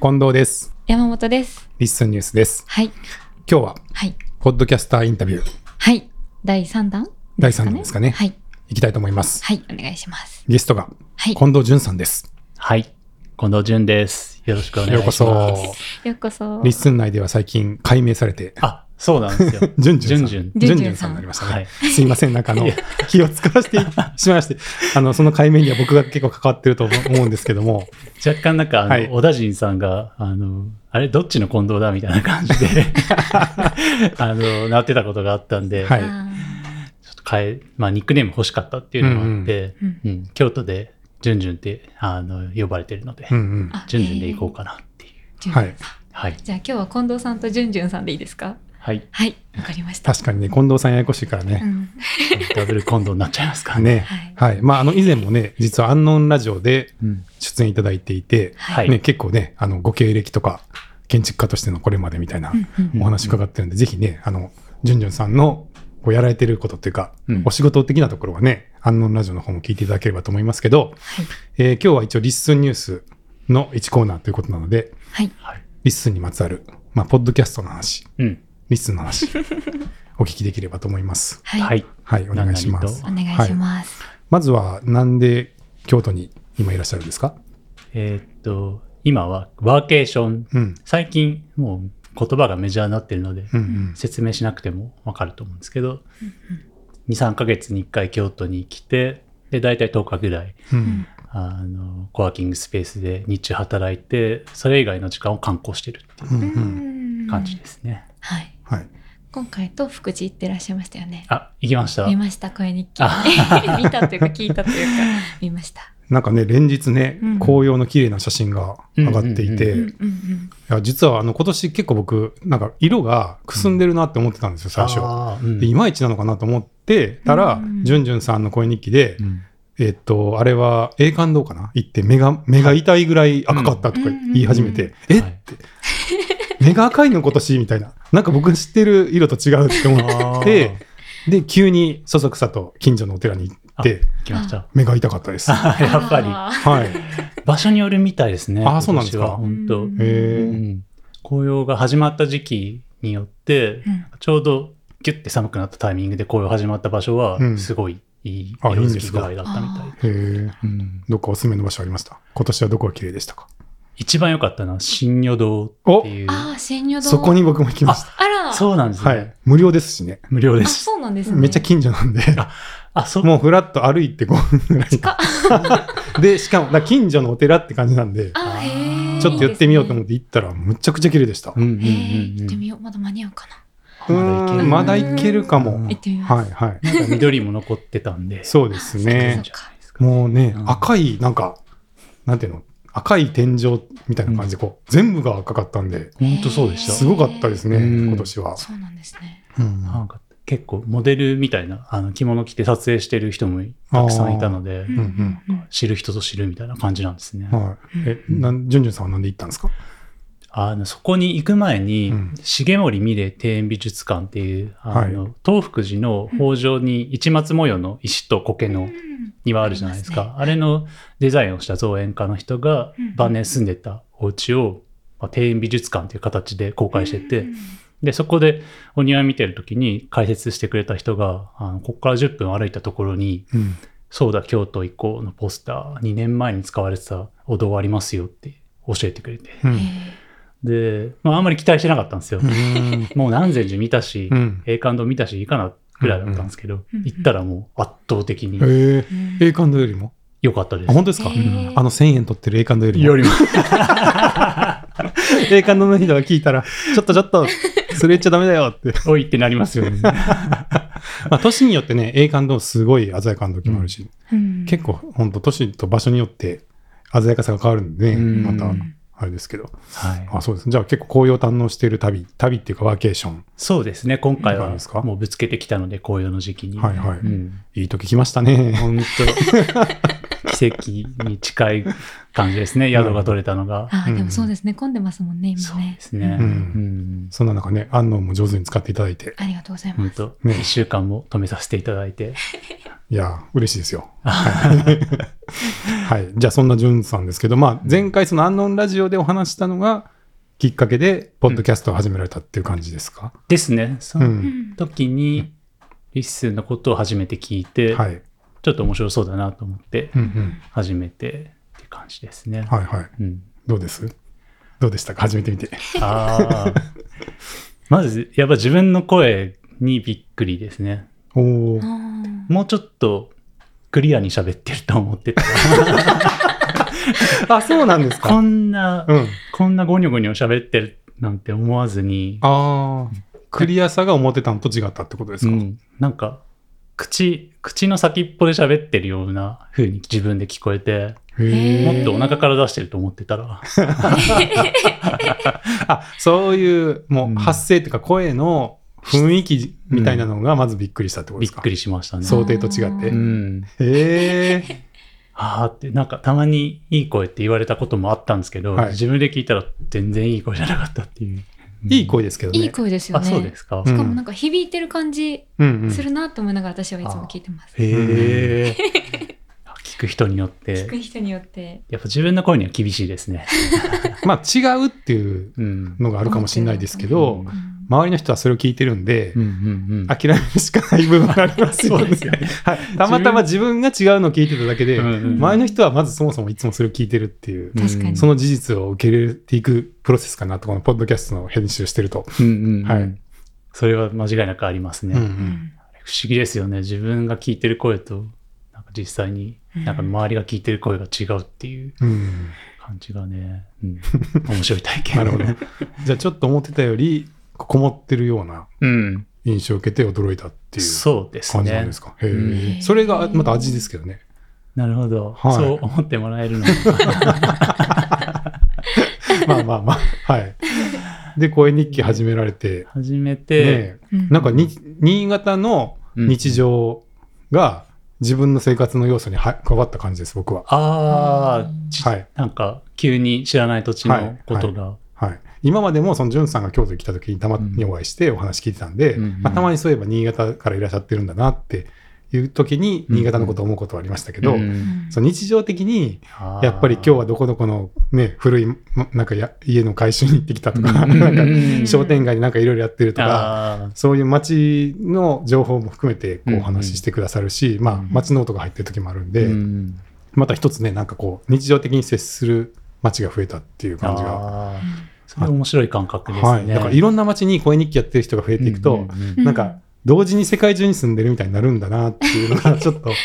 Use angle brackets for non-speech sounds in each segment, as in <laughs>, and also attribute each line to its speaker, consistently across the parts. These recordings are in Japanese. Speaker 1: 近藤です。
Speaker 2: 山本です。
Speaker 1: リッスンニュースです。
Speaker 2: はい。
Speaker 1: 今日は、
Speaker 2: はい。
Speaker 1: ポッドキャスターインタビュー、
Speaker 2: はい。第3弾
Speaker 1: 第3弾ですかね。
Speaker 2: はい。
Speaker 1: いきたいと思います。
Speaker 2: はい。お願いします。
Speaker 1: ゲストが、
Speaker 2: はい。
Speaker 1: 近藤淳さんです。
Speaker 3: はい。近藤淳です。よろしくお願い
Speaker 1: よう
Speaker 3: し
Speaker 1: こ
Speaker 3: ます。
Speaker 1: そ。
Speaker 2: ようこそ。
Speaker 1: リッスン内では最近解明されて、。
Speaker 3: あ、そうなんですよ
Speaker 1: 淳淳さん。
Speaker 3: 淳淳
Speaker 1: 淳淳さんになりましたね。
Speaker 3: <laughs> はい
Speaker 1: すいません、なんかあの、気を使わ
Speaker 3: <laughs>
Speaker 1: せてしまいまして、あの、その解明には僕が結構関わってると
Speaker 3: <laughs>
Speaker 1: 思思うんですけども、
Speaker 3: 若干なんか、あの、
Speaker 1: はい
Speaker 3: 小田陣さんが、あの、あれ、どっちの近藤だみたいな感じで、あの、なってたことがあったんで、
Speaker 1: はい
Speaker 2: あ
Speaker 3: ちょっと変え、まあ、ニックネーム欲しかったっていうのもあって、
Speaker 2: う
Speaker 3: うんん京都で、淳淳って、あの、呼ばれてるので、
Speaker 1: うんうん
Speaker 2: ー。あ
Speaker 3: 淳淳で行こうかなっていう。
Speaker 2: えー
Speaker 1: はい。
Speaker 3: はい。
Speaker 2: じゃあ今日は近藤さんとじゅんじゅんさんでいいですか
Speaker 3: はい。
Speaker 2: はい。わかりました。
Speaker 1: 確かにね、近藤さんややこしいからね。
Speaker 2: うん。
Speaker 3: ダブル近藤になっちゃいますからね。
Speaker 1: ね。
Speaker 2: はい。
Speaker 1: はい。まあ、あの、以前もね、実はアンノンラジオで
Speaker 3: うん
Speaker 1: 出演いただいていて、
Speaker 2: は
Speaker 3: はい
Speaker 1: ね、結構ね、あの、ご経歴とか、建築家としてのこれまでみたいな
Speaker 2: うんうん
Speaker 1: お話伺ってるんで、ぜひね、あの、じゅんじゅんさんの、こう、やられてることっていうか、
Speaker 3: うん
Speaker 1: お仕事的なところはね、アンノンラジオの方も聞いていただければと思いますけど、
Speaker 2: はい。
Speaker 1: えー今日は一応、リッスンニュースの1コーナーということなので、
Speaker 2: はい。
Speaker 3: はい。
Speaker 1: リッスンにまつわる、まあ、ポッドキャストの話、
Speaker 3: うん。
Speaker 1: リッスンの
Speaker 2: <laughs>
Speaker 1: 話、お聞きできればと思います。
Speaker 2: は。
Speaker 3: はいい。
Speaker 1: はい、お願いしま
Speaker 3: 何
Speaker 1: す。
Speaker 2: お
Speaker 3: 々
Speaker 2: 願い
Speaker 1: は
Speaker 2: します。
Speaker 1: まずは、なんで京都に今いらっしゃるんですか
Speaker 3: えーっと、今はワーケーション。
Speaker 1: うん。
Speaker 3: 最近もう言葉がメジャーになってるので、
Speaker 1: うんうん。
Speaker 3: 説明しなくてもわかると思うんですけど、2、3ヶ月に1回京都に来て、で、大体10日ぐらい、
Speaker 1: うん。
Speaker 3: あの、コワーキングスペースで日中働いて、それ以外の時間を観光してるってい
Speaker 1: う
Speaker 3: う
Speaker 1: んう。
Speaker 2: うんん
Speaker 3: 感じ。ですね。
Speaker 2: はい。
Speaker 1: はい。
Speaker 2: 今回と福寺行ってらっしゃいましたよね。
Speaker 3: あ、行きました。
Speaker 2: 見ました、声日記
Speaker 3: あ。
Speaker 2: <laughs> 見たというか、聞いたというか、見ました。
Speaker 1: なんかね、連日ね、
Speaker 2: うん
Speaker 1: 紅葉の綺麗な写真が上がっていて、
Speaker 2: うんう
Speaker 1: い
Speaker 2: んうん。
Speaker 1: や実はあの今年結構僕、なんか色がくすんでるなって思ってたんですよ、最初。
Speaker 3: あーうん
Speaker 1: でいまいちなのかなと思ってたら
Speaker 2: うん、
Speaker 1: じゅんじゅんさんの声日記で、
Speaker 3: うん
Speaker 1: えっと、あれは栄冠堂かな行って目が、目が痛いぐらい赤かったとか言い始めて、 <laughs> え、
Speaker 3: はい
Speaker 1: 目が赤いの今年みたいな。なんか僕が知ってる色と違うって思って、で、急にそそくさと近所のお寺に行って、
Speaker 3: 行きました。 <laughs>
Speaker 1: 目が痛かった
Speaker 2: <laughs>
Speaker 1: です。は
Speaker 3: あやっぱり。
Speaker 2: あ
Speaker 1: い。
Speaker 3: 場所によるみたいですね。
Speaker 1: あーそうなんですか
Speaker 3: 今年は本当。
Speaker 2: うん
Speaker 1: え
Speaker 3: う
Speaker 1: ー
Speaker 3: ん紅葉が始まった時期によって、
Speaker 2: ー。うん
Speaker 3: ちょうどギュッて寒くなったタイミングで紅葉始まった場所は
Speaker 1: うん
Speaker 3: すごいいい
Speaker 1: あ
Speaker 3: 色
Speaker 1: いいん
Speaker 3: づ
Speaker 1: で
Speaker 3: き
Speaker 1: す
Speaker 3: 具
Speaker 1: か
Speaker 3: 合だったみたいで
Speaker 1: へー
Speaker 3: うん
Speaker 1: どっかおすすめの場所ありました今年はどこが綺麗でしたか
Speaker 3: 一番良かったのは新魚堂っていう
Speaker 2: ああ、鮮魚丼。
Speaker 1: そこに僕も行きました。
Speaker 2: あら。う。
Speaker 3: そうなんですね、
Speaker 1: はい。無料ですしね。
Speaker 3: 無料で
Speaker 2: あ、
Speaker 3: す
Speaker 2: そうなんですね。
Speaker 1: めっちゃ近所なんで、
Speaker 3: あそう
Speaker 1: もうふらっと歩いて5分ぐらい。
Speaker 2: 近
Speaker 1: <laughs>
Speaker 2: っ。
Speaker 1: で、しかも、だから近所のお寺って感じなんで、
Speaker 2: あ、へえ。
Speaker 1: ちょっと寄ってみようと
Speaker 2: 思
Speaker 1: 思って行ったら、むちゃくちゃ綺麗でした。
Speaker 3: うんうんうん
Speaker 2: へえ、行っ
Speaker 3: う
Speaker 2: てみ
Speaker 3: ん
Speaker 2: よう。まだ間に合うかな。
Speaker 1: う
Speaker 3: まだいけ
Speaker 1: ーんまだ
Speaker 3: る
Speaker 1: 行けるかも。
Speaker 3: うん
Speaker 2: 行ってみま
Speaker 1: は
Speaker 2: す。
Speaker 1: いはい。
Speaker 3: なんか緑も残ってたんで
Speaker 1: そうです
Speaker 3: いいん
Speaker 1: ね
Speaker 3: じ。ゃないですか
Speaker 1: もうね、
Speaker 3: うん
Speaker 1: 赤い、なんか、なんていうの、赤い天井みたいな感じで、こう、全部が赤かったんで、
Speaker 3: 本当そうで
Speaker 2: へ
Speaker 3: し
Speaker 1: す
Speaker 3: た
Speaker 1: ごかったですね、
Speaker 3: うん
Speaker 1: 今年は。
Speaker 2: そうなんですね。
Speaker 1: うん
Speaker 3: なんか結構モデルみたいなあの着物着て撮影してる人もたくさんいたので
Speaker 2: うん
Speaker 1: うん
Speaker 2: うん
Speaker 3: 知る人ぞ知るみたいな感じなんですね、
Speaker 1: はい。え、なん、じゅんじゅんさんはなんで行ったんですか
Speaker 3: あのそこに行く前に、
Speaker 1: うん
Speaker 3: 重森美玲庭園美術館っていうあの、
Speaker 1: は
Speaker 3: 東福寺の北条に市松模様の石と苔
Speaker 2: う
Speaker 3: の
Speaker 2: ん
Speaker 3: 庭あるじゃないですか、
Speaker 2: あり
Speaker 3: あれのデザインをした造園家の人が
Speaker 2: うん
Speaker 3: 晩年住んでたお家を、まあ、庭園美術館という形で公開してて、
Speaker 2: うん
Speaker 3: でそこでお庭見てる時に解説してくれた人があのここから10分歩いたところに
Speaker 1: うん。
Speaker 3: 「そうだ京都行こう」のポスター2年前に使われてたお堂ありますよって教えてくれて
Speaker 1: うん
Speaker 2: へ
Speaker 3: で、まあ、あんまり期待してなかったんですよ。
Speaker 1: うん
Speaker 3: もう南禅寺見たし、
Speaker 1: うん。
Speaker 3: 栄冠堂見たし、いいかなぐらいだったんですけど、
Speaker 2: うんうん
Speaker 3: 行ったらもう圧倒的
Speaker 1: え
Speaker 3: に
Speaker 1: ー、
Speaker 2: え
Speaker 1: 栄冠堂よりも
Speaker 3: 良かったで
Speaker 1: あ、
Speaker 3: す。
Speaker 1: 本当ですか、
Speaker 2: へー
Speaker 1: あの1000円取ってる栄冠堂よりも。
Speaker 3: よりも。
Speaker 1: 栄冠堂の人が聞いたら、ちょっとちょっと、それ言っちゃダメだよって。
Speaker 3: <laughs> おいってなりますよね。
Speaker 1: まあ、年によってね、栄冠堂すごい鮮やかな時もあるし、
Speaker 2: うん
Speaker 1: 結構本当年と場所によって鮮やかさが変わるんでね、
Speaker 3: うん
Speaker 1: ま
Speaker 2: う
Speaker 1: た
Speaker 2: ん
Speaker 1: あれですけど。
Speaker 3: はい、
Speaker 1: あ、そうです。じゃあ結構紅葉堪能している旅、旅っていうかワーケーション。
Speaker 3: そうですね、今回
Speaker 1: いかが
Speaker 3: は
Speaker 1: ですか
Speaker 3: もうぶつけてきたので、紅葉の時期に。
Speaker 1: はいはい。
Speaker 3: うん、
Speaker 1: いい時来ましたね。
Speaker 3: 本当奇跡に近い感じですね、宿が取れたのが。
Speaker 2: あー、で
Speaker 1: う
Speaker 2: も
Speaker 1: ん
Speaker 2: そうですね。混んでますもんね、今
Speaker 3: そう
Speaker 2: ね
Speaker 3: で。すね。
Speaker 1: う
Speaker 3: うんん
Speaker 1: <laughs> そんな中ね、安納も上手に使っていただいて。
Speaker 2: ありがとうございます。
Speaker 3: 本当、
Speaker 1: ね
Speaker 3: 1週間も止めさせていただいて、
Speaker 1: いや、嬉しいですよ。はい。じゃあ、そんなジュンさんですけど、まあ、前回、そのアンノンラジオでお話したのが、きっかけで、ポッドキャストを始められたっていう感じですか、
Speaker 3: ですね。そうの
Speaker 1: ん。
Speaker 3: 時に、リッスンのことを初めて聞いて、
Speaker 1: はい。うん
Speaker 3: ちょっと面白そうだなと思って
Speaker 1: う、ん。
Speaker 3: 始めてって感じですね。
Speaker 1: はいはい。 <laughs>
Speaker 3: うん、
Speaker 1: どうですどうでしたか始めてみて。
Speaker 3: ああ。まず、やっぱ自分の声にびっくりですね。
Speaker 1: おお。
Speaker 2: あ
Speaker 3: もうちょっとクリアに喋ってると
Speaker 1: <laughs>
Speaker 3: 思ってた。
Speaker 1: あ、そうなんです
Speaker 3: こ
Speaker 1: か。
Speaker 3: んな、
Speaker 1: うん。
Speaker 3: こんなゴニョゴニョ喋ってるなんて思わずに、
Speaker 1: ああ。クリアさが思ってたのと違ったってことです
Speaker 3: う
Speaker 1: か、
Speaker 3: ん、なんか、口、口の先っぽで喋ってるような風に自分で聞こえて、
Speaker 1: へ
Speaker 2: へー
Speaker 3: もっとお腹から出してると思ってたら、
Speaker 1: あそういうも
Speaker 3: うん
Speaker 1: う発声というか声の雰囲気みたいなのがまずびっくりしたってことで
Speaker 3: びっ
Speaker 1: すか、
Speaker 3: くりしましたね。
Speaker 1: 想定と違って
Speaker 3: う。
Speaker 2: うん
Speaker 1: へえ
Speaker 3: ああって、なんかたまにいい声って言われたこともあったんですけど、
Speaker 1: はい
Speaker 3: 自分で聞いたら全然いい声じゃなかったっていう。
Speaker 1: <laughs> いい声ですけど
Speaker 2: ー
Speaker 1: ね
Speaker 2: いい声ですよ
Speaker 3: あ、
Speaker 2: ね。
Speaker 3: そうですか。
Speaker 1: うん
Speaker 2: しかもなんか響いてる感じ
Speaker 1: うんうん
Speaker 2: するなと思いながら私はいつも聞いてます。
Speaker 1: <laughs>
Speaker 3: へえ。聞く人によっ
Speaker 2: 聞く
Speaker 3: て、
Speaker 2: 人によって。
Speaker 3: やっぱ自分の声には厳しいですね。
Speaker 1: まあ違うっていう
Speaker 3: うん。
Speaker 1: のがあるかもしれないですけ
Speaker 3: う
Speaker 1: ど
Speaker 3: ん
Speaker 2: うん
Speaker 1: 周りの人はそれを聞いてるんで、
Speaker 3: うんうんうん。
Speaker 1: 諦めるしかない部分がありますよ
Speaker 3: そうで
Speaker 1: ね
Speaker 3: すよね。
Speaker 1: <laughs> はい、たまたま自分が違うのを聞いてただけで、
Speaker 3: うん
Speaker 1: 周りの人はまずそもそもいつもそれを聞いてるっていう、
Speaker 2: 確かに
Speaker 1: その事実を受け入れていくプロセスかなとこのポッドキャストの編集してると。
Speaker 3: うんうんうん
Speaker 1: はい
Speaker 3: それは間違いなくありますね。
Speaker 1: うんう
Speaker 3: 不
Speaker 1: ん
Speaker 3: 思議ですよね。自分が聞いてる声と、なんか実際に、なんか周りが聞いてる声が違うっていう
Speaker 1: うん
Speaker 3: 感じがね、
Speaker 1: <laughs>
Speaker 3: うん、面白い体験。
Speaker 1: なる
Speaker 3: <laughs>
Speaker 1: ほど。じゃあちょっと思ってたより、こもってるような
Speaker 3: うん。
Speaker 1: 印象を受けて驚いたっていう
Speaker 3: そうです
Speaker 1: 感じなん
Speaker 3: ね
Speaker 1: で。すか。へ
Speaker 3: うん
Speaker 2: へ
Speaker 1: え
Speaker 2: え
Speaker 1: それがまた味ですけどね。 <laughs>
Speaker 3: なるほど、
Speaker 1: はい
Speaker 3: そう思ってもらえるの
Speaker 1: <laughs>
Speaker 3: は
Speaker 1: まあまあまあ。はい。で、声日記始められて、
Speaker 3: 初め
Speaker 1: ね
Speaker 3: て、
Speaker 1: え、
Speaker 2: うん
Speaker 1: なんかに新潟の
Speaker 3: うん
Speaker 1: 日常が自分の生活の要素には加わった感じです、僕は。
Speaker 3: ああ、ち
Speaker 1: はい。
Speaker 3: なんか急に知らない土地のことが、
Speaker 1: はい、今までもそのんさんが京都に来た時にたまにお会いしてお話聞いてたんで、
Speaker 3: うんうん
Speaker 1: まあ、たまにそういえば新潟からいらっしゃってるんだなっていう時に新潟のことを思うことはありましたけど、
Speaker 3: うん
Speaker 1: その日常的に
Speaker 3: あー
Speaker 1: やっぱり今日はどこどこの、ね、古いまなんかや家の改修に行ってきたとか,、
Speaker 3: うん
Speaker 1: なん
Speaker 3: うん
Speaker 1: か
Speaker 3: うんうん
Speaker 1: 商店街でなんかいろいろやってるとか
Speaker 3: あ
Speaker 1: そういう街の情報も含めてこ
Speaker 3: うん
Speaker 1: う
Speaker 3: う
Speaker 1: お
Speaker 3: ん
Speaker 1: 話ししてくださるし、まあ、街ノートが入ってる時もあるん
Speaker 3: ー
Speaker 1: で、
Speaker 3: うん
Speaker 1: また一つねなんかこう日常的に接する街が増えたっていう感じが。
Speaker 3: あーそれ面白い感覚ですね。
Speaker 1: はい、だからいろんな街に声日記やってる人が増えていくと、
Speaker 3: うんうんうん
Speaker 2: うん
Speaker 1: なんか同時に世界中に住んでるみたいになるんだなっていうのがちょっと
Speaker 2: 確かに。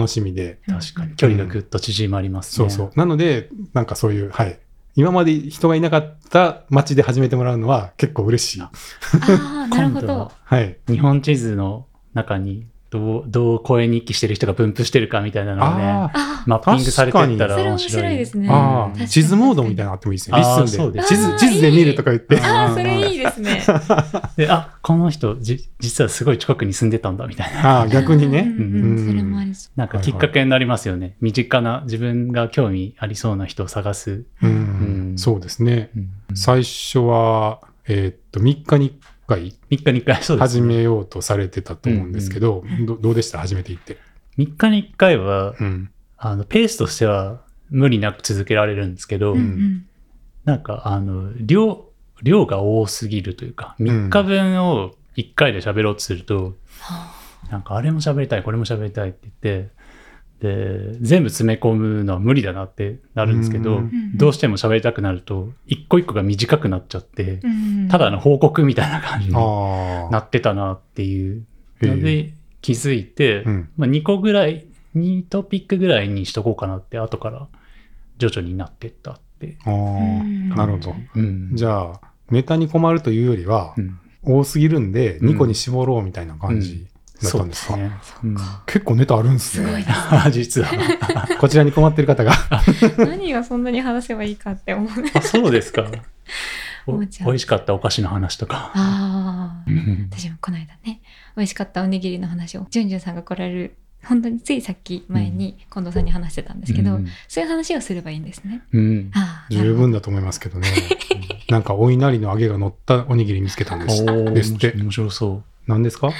Speaker 1: 楽しみで、
Speaker 3: 確かに距離がぐっと縮まります
Speaker 1: そ
Speaker 3: ね。
Speaker 1: うそうなのでなんかそういうはい今まで人がいなかった街で始めてもらうのは結構嬉しい、
Speaker 2: ああ、なるほ
Speaker 3: 今度は
Speaker 2: ど。
Speaker 1: はい、
Speaker 3: 日本地図の中にどうどう声日記してる人が分布してるかみたいなのをね、
Speaker 1: あ
Speaker 2: あ
Speaker 3: マッピングされてったら
Speaker 2: それ
Speaker 3: 面
Speaker 2: 面
Speaker 3: 白い。
Speaker 2: 白いです
Speaker 1: ー、
Speaker 2: ね。
Speaker 1: あ
Speaker 3: うん
Speaker 1: ー
Speaker 2: 確かに
Speaker 1: 地図モードみたいなのあってもいいですね
Speaker 3: あー
Speaker 1: リス
Speaker 3: そ
Speaker 1: ン
Speaker 3: う
Speaker 1: で
Speaker 3: です
Speaker 1: 地
Speaker 2: あ
Speaker 1: 図
Speaker 2: ー
Speaker 1: 地図で見るとか言って
Speaker 3: いい
Speaker 2: ああ、それいいですね。
Speaker 3: で、あ、この人、じ、実はすごい近くに住んでたんだ、みたいな。
Speaker 1: <laughs>
Speaker 3: <laughs>
Speaker 1: あー逆にね、
Speaker 2: うんうんうん
Speaker 1: うん
Speaker 2: それもありそう。
Speaker 3: なんかきっかけになりますよね。身近な、自分が興味ありそうな人を探す。
Speaker 1: うん
Speaker 3: うん
Speaker 1: そうですね
Speaker 3: うん、
Speaker 1: 最初は、えーっと3日に1回
Speaker 3: 3日に1回、そうです、
Speaker 1: 始
Speaker 3: ね。
Speaker 1: めようとされてたと思うんですけど、どどうでした初めて行って。
Speaker 3: 3日に1回は、
Speaker 1: うん。
Speaker 3: あの、ペースとしては無理なく続けられるんですけど、
Speaker 2: うんうん
Speaker 3: なんか、あの、量、量が多すぎるというか、3日分を1回で喋ろうとすると、
Speaker 2: は
Speaker 3: なんか、あれも喋りたい、これも喋りたいって言って、で、全部詰め込むのは無理だなってなるんですけど、
Speaker 1: うん
Speaker 2: あ
Speaker 3: どうしても喋りたくなると、一個一個が短くなっちゃって、
Speaker 2: うん
Speaker 3: ただの報告みたいな感じに
Speaker 1: あ
Speaker 3: なってたなっていう
Speaker 1: へえ
Speaker 3: ので気づいて、
Speaker 1: うん
Speaker 3: まあ、2個ぐらい、2トピックぐらいにしとこうかなって、後から徐々になってったって。
Speaker 1: あー
Speaker 2: うん
Speaker 1: なるほど。
Speaker 3: うん。
Speaker 1: じゃあ、ネタに困るというよりは
Speaker 3: う、ん
Speaker 1: 多すぎるんで、
Speaker 3: うん
Speaker 1: 2個に絞ろうみたいな感じだったんですか。
Speaker 3: そうね。うん
Speaker 1: 結構ネタあるんです
Speaker 2: すごい
Speaker 1: ね。
Speaker 2: な
Speaker 3: <laughs> 実は。
Speaker 1: こちらに困ってる方が。
Speaker 2: 何がそんなに話せばいいかって思う。
Speaker 3: あ、そうで
Speaker 1: <laughs>
Speaker 3: すか。お
Speaker 2: 思
Speaker 3: 美
Speaker 2: っちゃう
Speaker 3: 味しかったお菓子の話とか。
Speaker 2: ああ
Speaker 3: う。ん
Speaker 2: 私もこの間ね美味しかったおにぎりの話をじゅんじゅんさんが来られる本当についさっき前に近藤さんに話してたんですけど、
Speaker 3: うん
Speaker 2: そういう話をすればいいんですね。
Speaker 3: うん。
Speaker 2: ああ
Speaker 1: 十分
Speaker 2: だ。
Speaker 1: だと思いますけどね。なんか、お稲荷の揚げが乗ったおにぎり見つけたんです
Speaker 3: おー
Speaker 1: ですって。
Speaker 3: 面白そう。
Speaker 1: 何ですか
Speaker 2: フ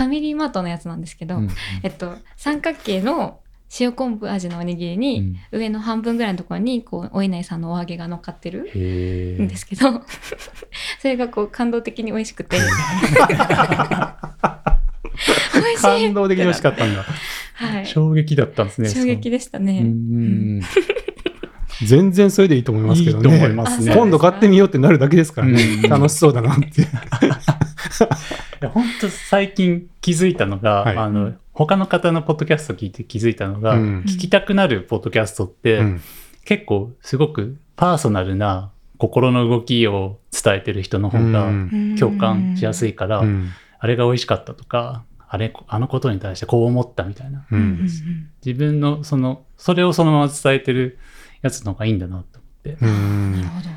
Speaker 2: ァミリーマートのやつなんですけど、
Speaker 3: うん
Speaker 2: えっと、三角形の塩昆布味のおにぎり
Speaker 3: う
Speaker 2: に、
Speaker 3: ん
Speaker 2: 上の半分ぐらいのところに、こう、お稲荷さんのお揚げが乗っかってる
Speaker 3: へ
Speaker 2: ん
Speaker 3: え
Speaker 2: ですけど、 <laughs> それがこう、感動的に美味しくて。美味しい
Speaker 1: 感動的に美味しか
Speaker 2: っ
Speaker 1: ったんだ。
Speaker 2: た。はい。
Speaker 3: 衝撃だったんですね
Speaker 2: 衝撃で
Speaker 3: で
Speaker 2: したね。
Speaker 3: うん
Speaker 1: 全然それでいいと思いますけどね。
Speaker 3: いいと思います
Speaker 2: ね
Speaker 1: 今度買ってみようってなるだけですからね。
Speaker 3: うん
Speaker 1: 楽しそうだなって。
Speaker 3: いや本当最近気づいたのが、
Speaker 1: はい
Speaker 3: あの他の方のポッドキャスト聞いて気づいたのが、
Speaker 1: うん
Speaker 3: 聞きたくなるポッドキャストって、
Speaker 1: うん
Speaker 3: 結構すごくパーソナルな心の動きを伝えてる人の方
Speaker 1: う
Speaker 3: が
Speaker 1: ん
Speaker 3: 共感しやす
Speaker 2: い。
Speaker 3: いから、
Speaker 1: うん
Speaker 3: あれが美味しかったとかあれあのことに対してこう思ったみたいな
Speaker 1: う
Speaker 2: うん
Speaker 1: ん
Speaker 3: 自分のそのそれをそのまま伝えてるやつの方がいいんだなと思って
Speaker 1: う
Speaker 2: うんうんなる
Speaker 1: ん
Speaker 2: ほど。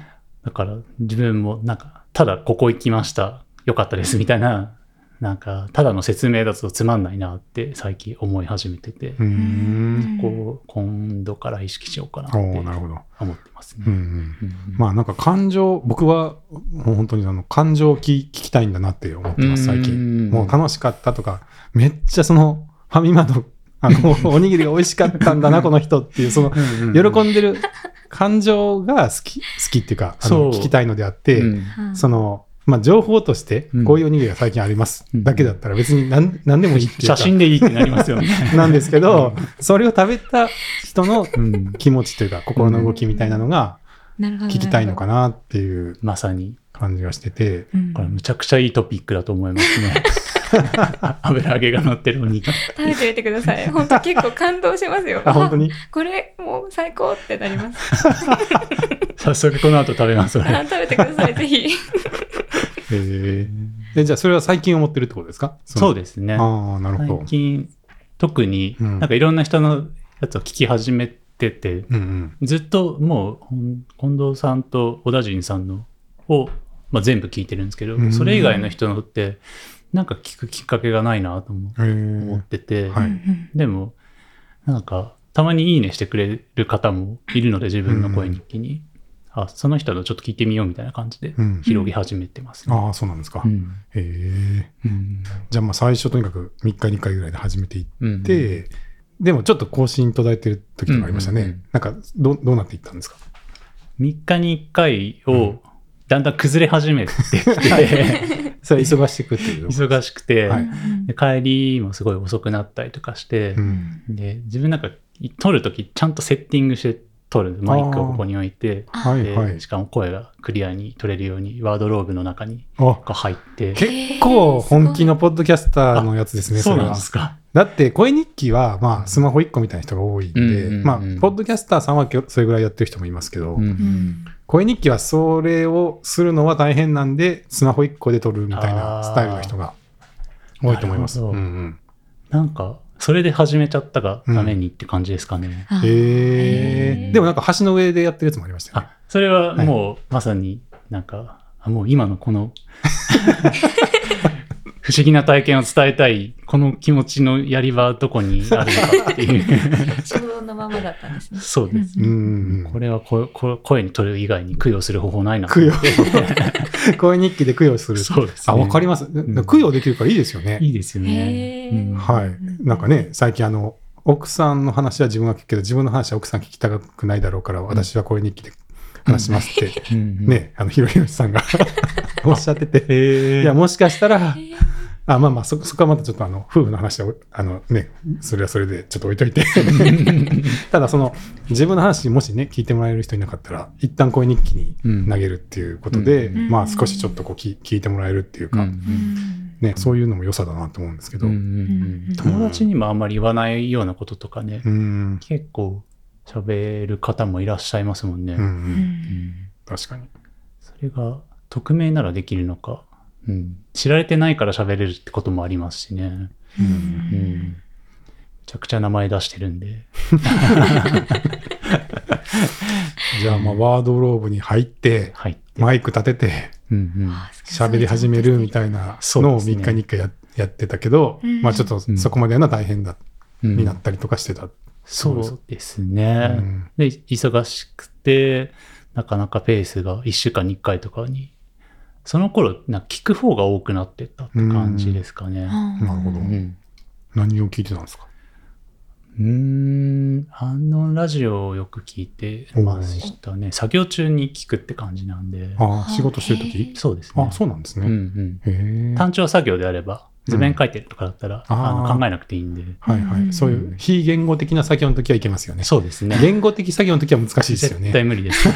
Speaker 3: だから自分もなんかただここ行きましたよかったですみたいななんかただの説明だとつまんないなって最近思い始めてて、
Speaker 1: うん
Speaker 3: こう今度から意識しようかなって
Speaker 1: おーなるほど。
Speaker 3: 思ってますね。
Speaker 1: うんうん
Speaker 3: うん
Speaker 1: まあなんか感情、僕はもう本当にあの感情を聞聞きたいんだなって思ってます、最近。もう楽しかったとか、めっちゃそのファミマのあのおにぎりが美味しかったんだな、この人っていう、その喜んでる感情が好き、好きっていうか、あ
Speaker 3: そう
Speaker 1: の聞きたいのであって、
Speaker 3: うん
Speaker 2: はい
Speaker 1: その、まあ、情報として
Speaker 3: うん、
Speaker 1: こういうおにぎりが最近あります、
Speaker 3: うん
Speaker 1: だけだったら別に何何でもいいっていう
Speaker 3: 写
Speaker 1: か
Speaker 3: 真でいいってなりますよね。
Speaker 1: なんですけど、それを食べた人の
Speaker 3: うん
Speaker 1: 気持ちというか、心の動きみたいなのが
Speaker 2: なるほど
Speaker 1: 聞きたいのかなっていう
Speaker 3: まさに
Speaker 1: 感じがしてて、。
Speaker 2: うん
Speaker 3: これむちゃくちゃいいトピックだと思いますね。油揚げが乗ってるお肉。
Speaker 2: 食べてみてください。本当結構感動しますよ
Speaker 1: あ、本当に
Speaker 3: <laughs>
Speaker 2: あこれもう最高ってなります。
Speaker 3: 早速この後食べます、それ。
Speaker 2: あ食べてください、ぜひ。
Speaker 1: ええじゃあそれは最近思ってるってことですか
Speaker 3: <laughs> そう
Speaker 1: で
Speaker 3: ですね。
Speaker 1: ああ、なるほど
Speaker 3: 最。近、特に
Speaker 1: うん
Speaker 3: なんかいろんな人のやつを聞き始めてて、
Speaker 1: うんうん。
Speaker 3: ずっともうほん近藤さんと小田陣さんのを、まあ、全部聞いてるんですけど、
Speaker 1: うん
Speaker 3: それ以外の人のってなんか聞くきっかけがないなと思
Speaker 1: ええ
Speaker 3: 思ってて、
Speaker 1: はい
Speaker 2: うん
Speaker 3: でもなんかたまに「いいね」してくれる方もいるので自分の声日記に、あその人のちょっと聞いてみようみたいな感じで
Speaker 1: うん、
Speaker 3: 広げ始めてますね、
Speaker 1: ああ、そうなんですか。
Speaker 3: うん
Speaker 1: へえじゃあまあ最初とにかく3日に1回ぐらいで始めていっ
Speaker 3: うん
Speaker 1: て、でもちょっと更新途絶えてる時とかありましたね。
Speaker 3: うんうんうん
Speaker 1: なんかどどうなっていったんですか
Speaker 3: 3日に1回をだんだん崩れ始めて
Speaker 1: <laughs>
Speaker 3: きて
Speaker 1: それ忙しくっていう。
Speaker 3: 忙しくて、
Speaker 1: はい
Speaker 3: で帰りもすごい遅くなったりとかして
Speaker 1: う、
Speaker 2: うん
Speaker 1: ん
Speaker 3: で自分なんか撮るときちゃんとセッティングして撮るマイクをここに置いて
Speaker 1: は
Speaker 3: で
Speaker 1: いはい。
Speaker 3: しかも声がクリアに撮れるようにワードローブの中に
Speaker 1: あ
Speaker 3: こう入って
Speaker 1: 結構本気のポッドキャスターのやつですね、
Speaker 3: そう
Speaker 1: れ
Speaker 3: なん
Speaker 1: は
Speaker 3: ですか
Speaker 1: だって声日記は、まあ、スマホ1個みたいな人が多いんで、
Speaker 3: うんうんうん
Speaker 1: まあ、ポッドキャスターさんはきょそれぐらいやってる人もいますけど、
Speaker 3: うん
Speaker 2: うん
Speaker 1: 声日記はそれをするのは大変なんで、スマホ1個で撮るみたい
Speaker 3: あ
Speaker 1: な
Speaker 3: ー
Speaker 1: スタイルの人が多いと思います。
Speaker 3: なる
Speaker 1: う
Speaker 3: ほ
Speaker 1: ん
Speaker 3: ど
Speaker 1: うん
Speaker 3: なんかそれで始めちゃったがためにって感じですかね、
Speaker 2: あ
Speaker 1: へ
Speaker 2: へ
Speaker 1: え
Speaker 2: ー
Speaker 1: でもなんか橋の上でやってるやつもありましたよね。
Speaker 3: あそれはもうまさになんかあもう今のこの <laughs> 不思議な体験を伝えたいこの気持ちのやり場はどこにあるのかっていう
Speaker 1: <laughs>
Speaker 2: 衝動のままだったんですね。
Speaker 3: そうです
Speaker 1: うんうん
Speaker 3: これはここ声に取る以外に供養する方法ないな
Speaker 1: 供養 <laughs> 声日記で供養する。
Speaker 3: そうです、
Speaker 1: あ、わかります。
Speaker 3: ん
Speaker 1: 供養できるからいいですよね。
Speaker 3: いいですよね
Speaker 2: へ。
Speaker 3: う
Speaker 2: ー
Speaker 3: ん
Speaker 1: は
Speaker 2: うんうんう
Speaker 1: い。
Speaker 2: ん
Speaker 1: なんかね、最近あの、奥さんの話は自分が聞くけど、自分の話は奥さん聞きたくないだろうから、私は声日記で話しますって、
Speaker 3: うん
Speaker 1: ね、あの、ひろひろさんが <laughs> おっしゃってて、いや、もしかしたら、あまあまあそ、そこはまたちょっとあの、夫婦の話は、あのね、それはそれでちょっと置いとい
Speaker 3: <laughs>
Speaker 1: て。ただ、その、自分の話、もしね、聞いてもらえる人いなかったら、一旦声日記に投げるっていうことで、
Speaker 3: うん
Speaker 1: まあ少しちょっとこう聞聞いてもらえるっていう
Speaker 3: うん
Speaker 1: か、
Speaker 2: うん
Speaker 1: ね、そういうのも良さだなと思うんですけ
Speaker 3: う
Speaker 1: ど。
Speaker 3: んう
Speaker 1: うん。
Speaker 3: んうん友達にもあんまり言わないようなこととかね、
Speaker 1: うん
Speaker 3: 結構喋る方もいらっしゃいますもんね。
Speaker 1: う
Speaker 2: うん
Speaker 1: ん
Speaker 3: うん
Speaker 1: 確かに。
Speaker 3: それが匿名ならできるのか、うん知られてないから喋れるってこともありますしね。
Speaker 2: う
Speaker 3: うんんめちゃくちゃ名前出してるんで。
Speaker 1: じゃあ、まあ、ワードローブに入って、
Speaker 3: 入って。
Speaker 1: マイク立てて、
Speaker 3: うんうん
Speaker 2: あー
Speaker 1: 喋り始めるみたいなのを
Speaker 3: そうですね
Speaker 1: 3日に1回ややってたけど、
Speaker 2: うん
Speaker 1: まあちょっとそこまでやるのは大変だ、
Speaker 3: うん
Speaker 1: になったりとかしてた。
Speaker 3: そうですね。
Speaker 1: うん
Speaker 3: で、忙しくて、なかなかペースが1週間に1回とかにその頃、なんか聞く方が多くなってったって感じですかね。
Speaker 1: なるほど
Speaker 3: う
Speaker 1: うん
Speaker 3: ん。
Speaker 1: 何を聞いてたんですか
Speaker 3: うーん、アンノンラジオをよく聞いてましたね。作業中に聞くって感じなんで。
Speaker 1: ああ、
Speaker 2: あ
Speaker 1: 仕事してる
Speaker 2: へ
Speaker 1: 時
Speaker 2: え
Speaker 3: そうですね。
Speaker 1: あそうなんです
Speaker 3: うんう
Speaker 1: ね。
Speaker 3: ん。
Speaker 1: へえ。
Speaker 3: 単調作業であれば、図面書いてるとかだったら、
Speaker 1: うん
Speaker 3: あ
Speaker 1: あ
Speaker 3: の
Speaker 1: ー
Speaker 3: 考えなくていいんで。
Speaker 1: はいは
Speaker 2: う
Speaker 1: い。
Speaker 2: ん
Speaker 1: そういう非言語的な作業の時はいけますよね。
Speaker 3: そうですね。
Speaker 1: 言語的作業の時は難しいですよ
Speaker 3: 絶
Speaker 1: ね。
Speaker 3: 対無
Speaker 1: <laughs>
Speaker 3: 理です。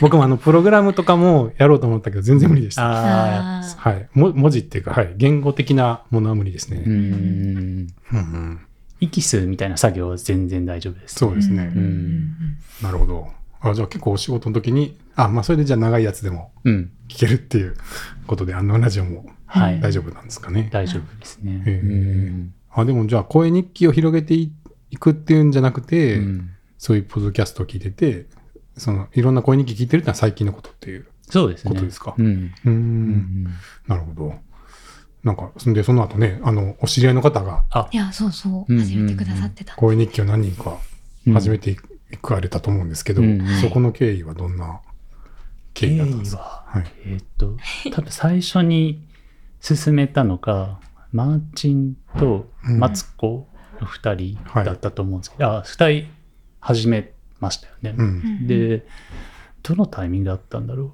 Speaker 1: 僕もあの、プログラムとかもやろうと思ったけど、全然無理でした。
Speaker 3: ああ。
Speaker 2: あー
Speaker 1: はい。も文字っていうか、はい。言語的なものは無理です
Speaker 3: う
Speaker 1: ね。
Speaker 3: ん。
Speaker 1: うんうん
Speaker 3: 息吸うみたいな作業は全然大丈夫です。
Speaker 1: そうですね
Speaker 2: うんうん
Speaker 1: なるほど。あじゃあ結構お仕事の時に、あ、まあそれでじゃあ長いやつでも
Speaker 3: うん。
Speaker 1: 聞けるっていうことで、あのラジオも
Speaker 3: はい。
Speaker 1: 大丈夫なんですかね。
Speaker 3: 大丈夫ですね。
Speaker 1: へえ
Speaker 3: うん
Speaker 1: あ、でもじゃあ声日記を広げていいくっていうんじゃなくて、
Speaker 3: うん
Speaker 1: そういうポッドキャストを聞いてて、そのいろんな声日記聞いてるってのは最近のことっていう。
Speaker 3: そうですね。
Speaker 1: ことですか
Speaker 3: うん。
Speaker 1: うーん
Speaker 3: うん
Speaker 1: なるほど。なんか、そんで、その後ね、あの、お知り合いの方が、
Speaker 2: いやそうそう
Speaker 3: うん
Speaker 2: 始めてくださってた、
Speaker 1: 声日記を何人か
Speaker 3: うん
Speaker 1: 始めていくいかれたと思うんですけど、
Speaker 3: うんうん
Speaker 1: そこの経緯はどんな経
Speaker 3: 経
Speaker 1: 緯
Speaker 3: 緯
Speaker 1: だったんですか
Speaker 3: は、
Speaker 1: はい。
Speaker 3: えーっと、多分最初に進めたのが、マーチンとマツコの二人だったと思うんですけど、あ、二人始めましたよね。
Speaker 1: うん。
Speaker 3: で、どのタイミングだったんだろう。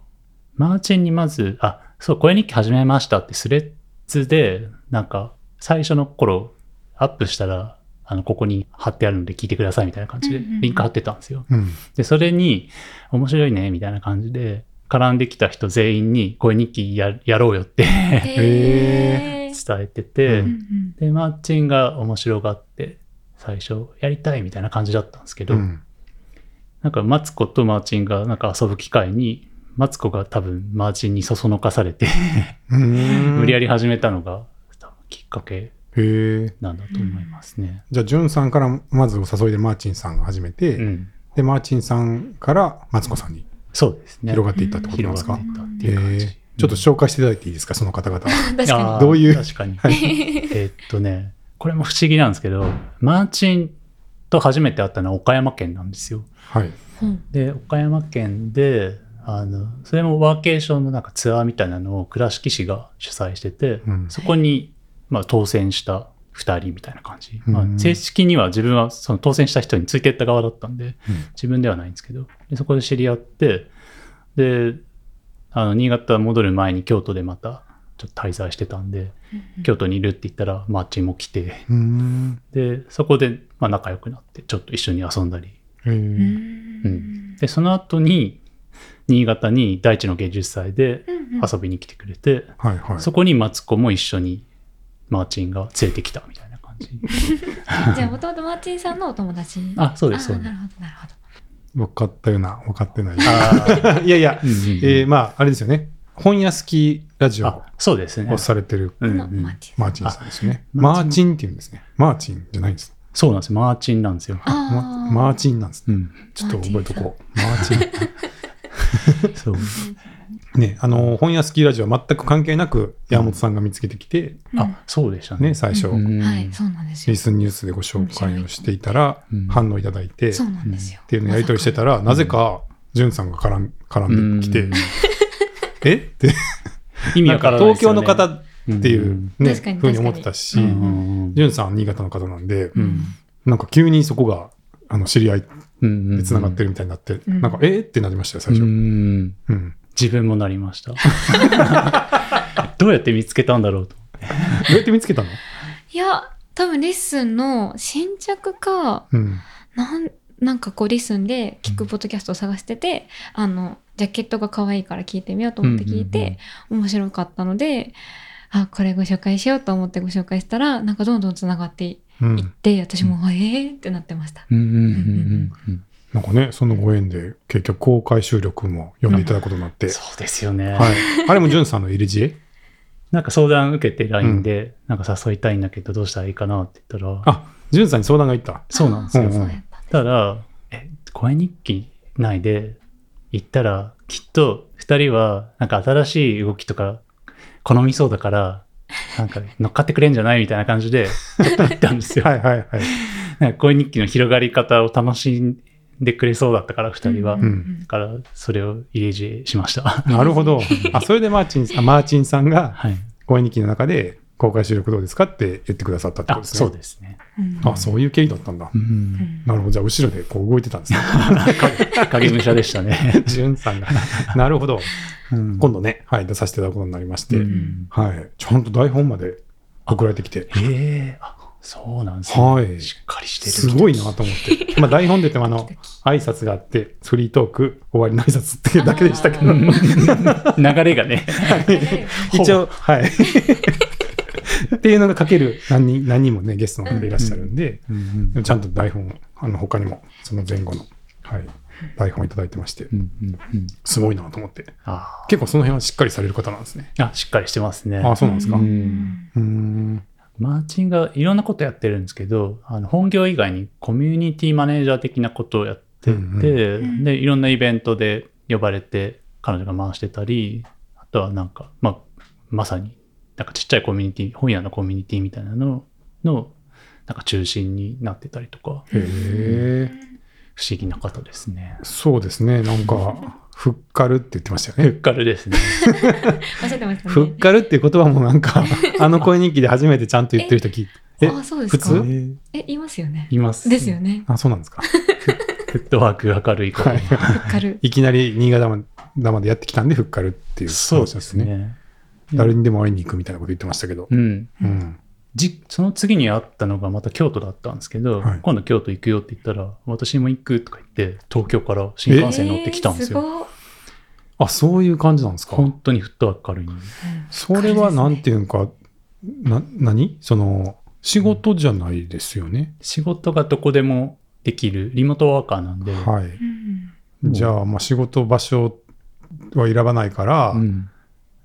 Speaker 3: マーチンにまず、あ、そう、声日記始めましたってスレッズで、なんか、最初の頃、アップしたら、あの、ここに貼ってあるので聞いてくださいみたいな感じで、
Speaker 2: うんうんうん
Speaker 3: リンク貼ってたんですよ。
Speaker 1: うん。
Speaker 3: で、それに、面白いね、みたいな感じで、絡んできた人全員に声日記ややろうよって
Speaker 2: へ
Speaker 1: へ
Speaker 2: え
Speaker 3: <laughs> 伝えてて、
Speaker 1: う
Speaker 2: うんうん
Speaker 3: で、マーチンが面白がって、最初、やりたいみたいな感じだったんですけど、
Speaker 1: うん
Speaker 3: なんかマツコとマーチンがなんか遊ぶ機会に、マツコが多分マーチンにそそのかされて、
Speaker 1: うーん。
Speaker 3: 無理や
Speaker 1: り。
Speaker 3: り始めたのが多分きっかけ
Speaker 1: へえ。
Speaker 3: なんだと思いますね。
Speaker 1: じゃあ、ジュンさんからまずお誘いでマーチンさんが始めて、
Speaker 3: うん。
Speaker 1: で、マーチンさんからマツコさんに
Speaker 3: そうですね。
Speaker 1: 広がっていったってことなんで
Speaker 3: 広
Speaker 1: すか、
Speaker 3: がっていったっていう感
Speaker 1: え
Speaker 3: じ。
Speaker 1: ー、ちょっと紹介していただいていいですか、その方々。
Speaker 2: 確
Speaker 3: あ
Speaker 2: か
Speaker 3: ー
Speaker 1: どういう
Speaker 3: 確かに。
Speaker 2: に
Speaker 3: えっとね、これも不思議なんですけど、マーチンと初めて会ったのは岡山県なんですよ。
Speaker 1: はい。
Speaker 2: うん
Speaker 3: で、岡山県で、あの、それもワーケーションのなんかツアーみたいなのを倉敷市が主催してて、
Speaker 1: うん
Speaker 3: そこに、まあ、当選した2人みたいな感じ。まあ
Speaker 1: うん、
Speaker 3: 正式には自分はその当選した人についてった側だったんで、
Speaker 1: うん
Speaker 3: 自分ではないんですけど、でそこで知り合って、で、あの、新潟戻る前に京都でまた、ちょっと滞在してたんで、京都にいるって言ったら、マーチンも来て、
Speaker 1: うーん。
Speaker 3: で、そこで、まあ、仲良くなって、ちょっと一緒に遊んだり
Speaker 1: え
Speaker 2: う
Speaker 1: ー
Speaker 2: ん
Speaker 3: うんでその後に新潟に大地の芸術祭で
Speaker 2: うん
Speaker 3: 遊びに来てくれて、
Speaker 1: はいはい。
Speaker 3: そこにマツコも一緒にマーチンが連れてきたみたいな感じ
Speaker 2: じゃあもともとマーチンさんのお友達
Speaker 3: あそうですそう
Speaker 2: あー
Speaker 3: で
Speaker 2: な
Speaker 3: す
Speaker 2: るほどなるほど
Speaker 1: 分かったような、分かってない。
Speaker 3: あ
Speaker 1: <laughs>
Speaker 3: ー
Speaker 1: いやいや、
Speaker 3: うんうんうん
Speaker 1: えー、まあ、あれですよね。本屋好きラジオ
Speaker 3: あそうですね
Speaker 1: をされてる
Speaker 3: うんう
Speaker 2: まあマー
Speaker 3: ん、
Speaker 2: チンさん
Speaker 1: マーチンさんですね。
Speaker 3: あ
Speaker 1: マーチンって言うんですね。マーチンじゃないんです。
Speaker 3: そうなんですマーチンなんですよ、
Speaker 2: あ
Speaker 1: ま
Speaker 2: ー
Speaker 1: マーチンなんです。
Speaker 3: うん、
Speaker 1: ちょっと覚えとこう。マーチン。
Speaker 3: そう
Speaker 1: ね、あの、本屋好きラジオは全く関係なく、山本さんが見つけてきて、
Speaker 2: うん
Speaker 3: あそうでしたね
Speaker 1: ね、最初、
Speaker 3: うん
Speaker 2: はいそうなんです
Speaker 1: リ
Speaker 2: よ
Speaker 1: スンニュースでご紹介をしていたら
Speaker 3: うん、
Speaker 1: 反応いただいて、
Speaker 2: そうなんですよ
Speaker 1: っていうのをやり取りしてたら、なぜか、ジュンさんが絡ん絡んできて、
Speaker 3: うん
Speaker 1: えって、
Speaker 3: <laughs> 意味
Speaker 1: な
Speaker 3: わ
Speaker 1: んか
Speaker 3: からないで
Speaker 1: 東
Speaker 3: す
Speaker 1: 京
Speaker 3: よね
Speaker 1: の方っていうね、
Speaker 2: 確かに
Speaker 1: ふうに思ってたし、
Speaker 3: う
Speaker 1: ジ
Speaker 3: んうんうん
Speaker 1: ュンさんは新潟の方なんで、
Speaker 3: うん
Speaker 1: なんか急にそこが、あの、知り合い
Speaker 3: うんうん
Speaker 1: で繋がってるみたいになって、
Speaker 2: ん
Speaker 1: なんか、えってなりましたよ、最初。
Speaker 3: う
Speaker 1: うん
Speaker 3: ん自分もなりました <laughs> どうやって見つけたんだろうと
Speaker 1: どうやって見つけたの
Speaker 2: いや多分リッスンの新着か
Speaker 1: うん。
Speaker 2: なんなんかこうリッスンで聞くポッドキャストを探してて、あのジャケットが可愛いから聞いてみようと思って聞いて、
Speaker 3: うんうん
Speaker 2: 面白かったのであこれご紹介しようと思ってご紹介したらなんかどんどんつながってい
Speaker 1: うん
Speaker 2: いって、私も「えー!」ってなってました。
Speaker 3: うんうんうんうんうん
Speaker 1: なんかね、そのご縁で、結局公開収録も呼んでいただくことになって、
Speaker 3: そうですよね、
Speaker 1: はい。あれもジュンさんの入り知恵
Speaker 3: なんか相談受けて LINE で、なんか誘いたいんだけどどうしたらいいかなって言ったら、
Speaker 1: あ、ジュンさんに相談がいった。
Speaker 3: そうなんですよ。
Speaker 1: う
Speaker 2: あ
Speaker 1: ん
Speaker 2: ー
Speaker 1: うん
Speaker 2: そうやった
Speaker 3: たら、え、声日記内で行ったら、きっと二人はなんか新しい動きとか好みそうだから、なんか乗っかってくれんじゃないみたいな感 <laughs> じで、ちょっと行ったんですよ。
Speaker 1: はいはいはい。
Speaker 3: なんか声日記の広がり方を楽しんでくれそうだったから、二人は。
Speaker 2: うん
Speaker 3: だ
Speaker 2: うん
Speaker 3: から、それを入れ知恵しました。
Speaker 1: なるほど。あ、それでマーチンさん、あマーチンさんが、
Speaker 3: はい。
Speaker 1: 公演日記の中で、公開収録どうですかって言ってくださったってこと、
Speaker 3: あ
Speaker 1: ですね。
Speaker 3: そうですね。
Speaker 2: うん
Speaker 1: あ、そういう経緯だったんだ
Speaker 2: う
Speaker 3: う。。
Speaker 2: んん
Speaker 1: なるほど。じゃあ、後ろでこう動いてたん <laughs> ですね。
Speaker 3: 影武者でし
Speaker 1: <laughs>
Speaker 3: たね。
Speaker 1: じゅんさんが。なるほど。
Speaker 3: うん
Speaker 1: 今度ね、はい、出させていただくことになりまして、
Speaker 3: うん
Speaker 1: はい。ちゃんと台本まで送られてきて、
Speaker 3: ええあ、そうなんですね。
Speaker 1: はい。
Speaker 3: しっかりしてる。
Speaker 1: すごいなと思って。まあ、台本でてもあ <laughs> の、挨拶があって、フリートーク、終わりの挨拶っていうだけでしたけど
Speaker 2: う、ん
Speaker 3: <laughs> 流れがね。
Speaker 1: 一応、はい。っていうのが書ける何人何人もね、ゲストの方でいらっしゃるんで、でもちゃんと台本、あの他にも、その前後の、はい、台本いただいてまして
Speaker 3: う、んうんうん
Speaker 1: すごいなと思って、
Speaker 3: あ
Speaker 1: 結構その辺はしっかりされる方なんですね。
Speaker 3: ーあ、しっかりしてますね。
Speaker 1: ああ、そうなんですか。
Speaker 3: う
Speaker 1: うんーん。
Speaker 3: マーチンがいろんなことやってるんですけど、あの本業以外にコミュニティマネージャー的なことをやってて、
Speaker 1: うんうん
Speaker 3: で、いろんなイベントで呼ばれて、彼女が回してたり、あとはなんか、まあ、まさに、なんかちっちゃいコミュニティ、本屋のコミュニティみたいなのの、なんか中心になってたりとか、
Speaker 1: へえ、
Speaker 3: 不思議な方ですね。
Speaker 1: そうですね。なんか、ふっかるって言ってましたよね。
Speaker 3: ガルですね。
Speaker 2: おっしゃってましたね
Speaker 1: ふっかるっていう言葉もなんか、あの声日記で初めてちゃんと言ってる人聞いて、え
Speaker 2: あ、そうです
Speaker 1: 普
Speaker 2: か
Speaker 1: 通
Speaker 2: え、いますよね。
Speaker 3: います。
Speaker 2: ですよね。
Speaker 1: あ、そうなんですか。
Speaker 3: フットワークが明るい子。
Speaker 1: はい。
Speaker 2: ふっかる。
Speaker 1: いきなり新潟までまでやってきたんで、ふっかるっていう話
Speaker 3: そ
Speaker 1: なん
Speaker 3: う
Speaker 1: で
Speaker 3: です
Speaker 1: すね。
Speaker 3: ね。
Speaker 1: 誰にでも会いに行くみたいなこと言ってましたけど。
Speaker 3: うん。
Speaker 1: うん。
Speaker 3: じその次に会ったのがまた京都だったんですけど、
Speaker 1: はい
Speaker 3: 今度京都行くよって言ったら、私も行くとか言って、東京から新幹線乗ってきたんですよ。
Speaker 2: よ。
Speaker 1: あ、そういう感じなんですか。
Speaker 3: 本当にフットワーク軽い。
Speaker 1: それはなんていうんか、な、何その、仕事じゃないですよね。
Speaker 3: 仕事がどこでもできる、リモートワーカーなんで、
Speaker 1: は
Speaker 2: う
Speaker 1: い。
Speaker 2: ん
Speaker 3: うん
Speaker 1: じゃあ、まあ仕事場所は選ばないから、
Speaker 3: うん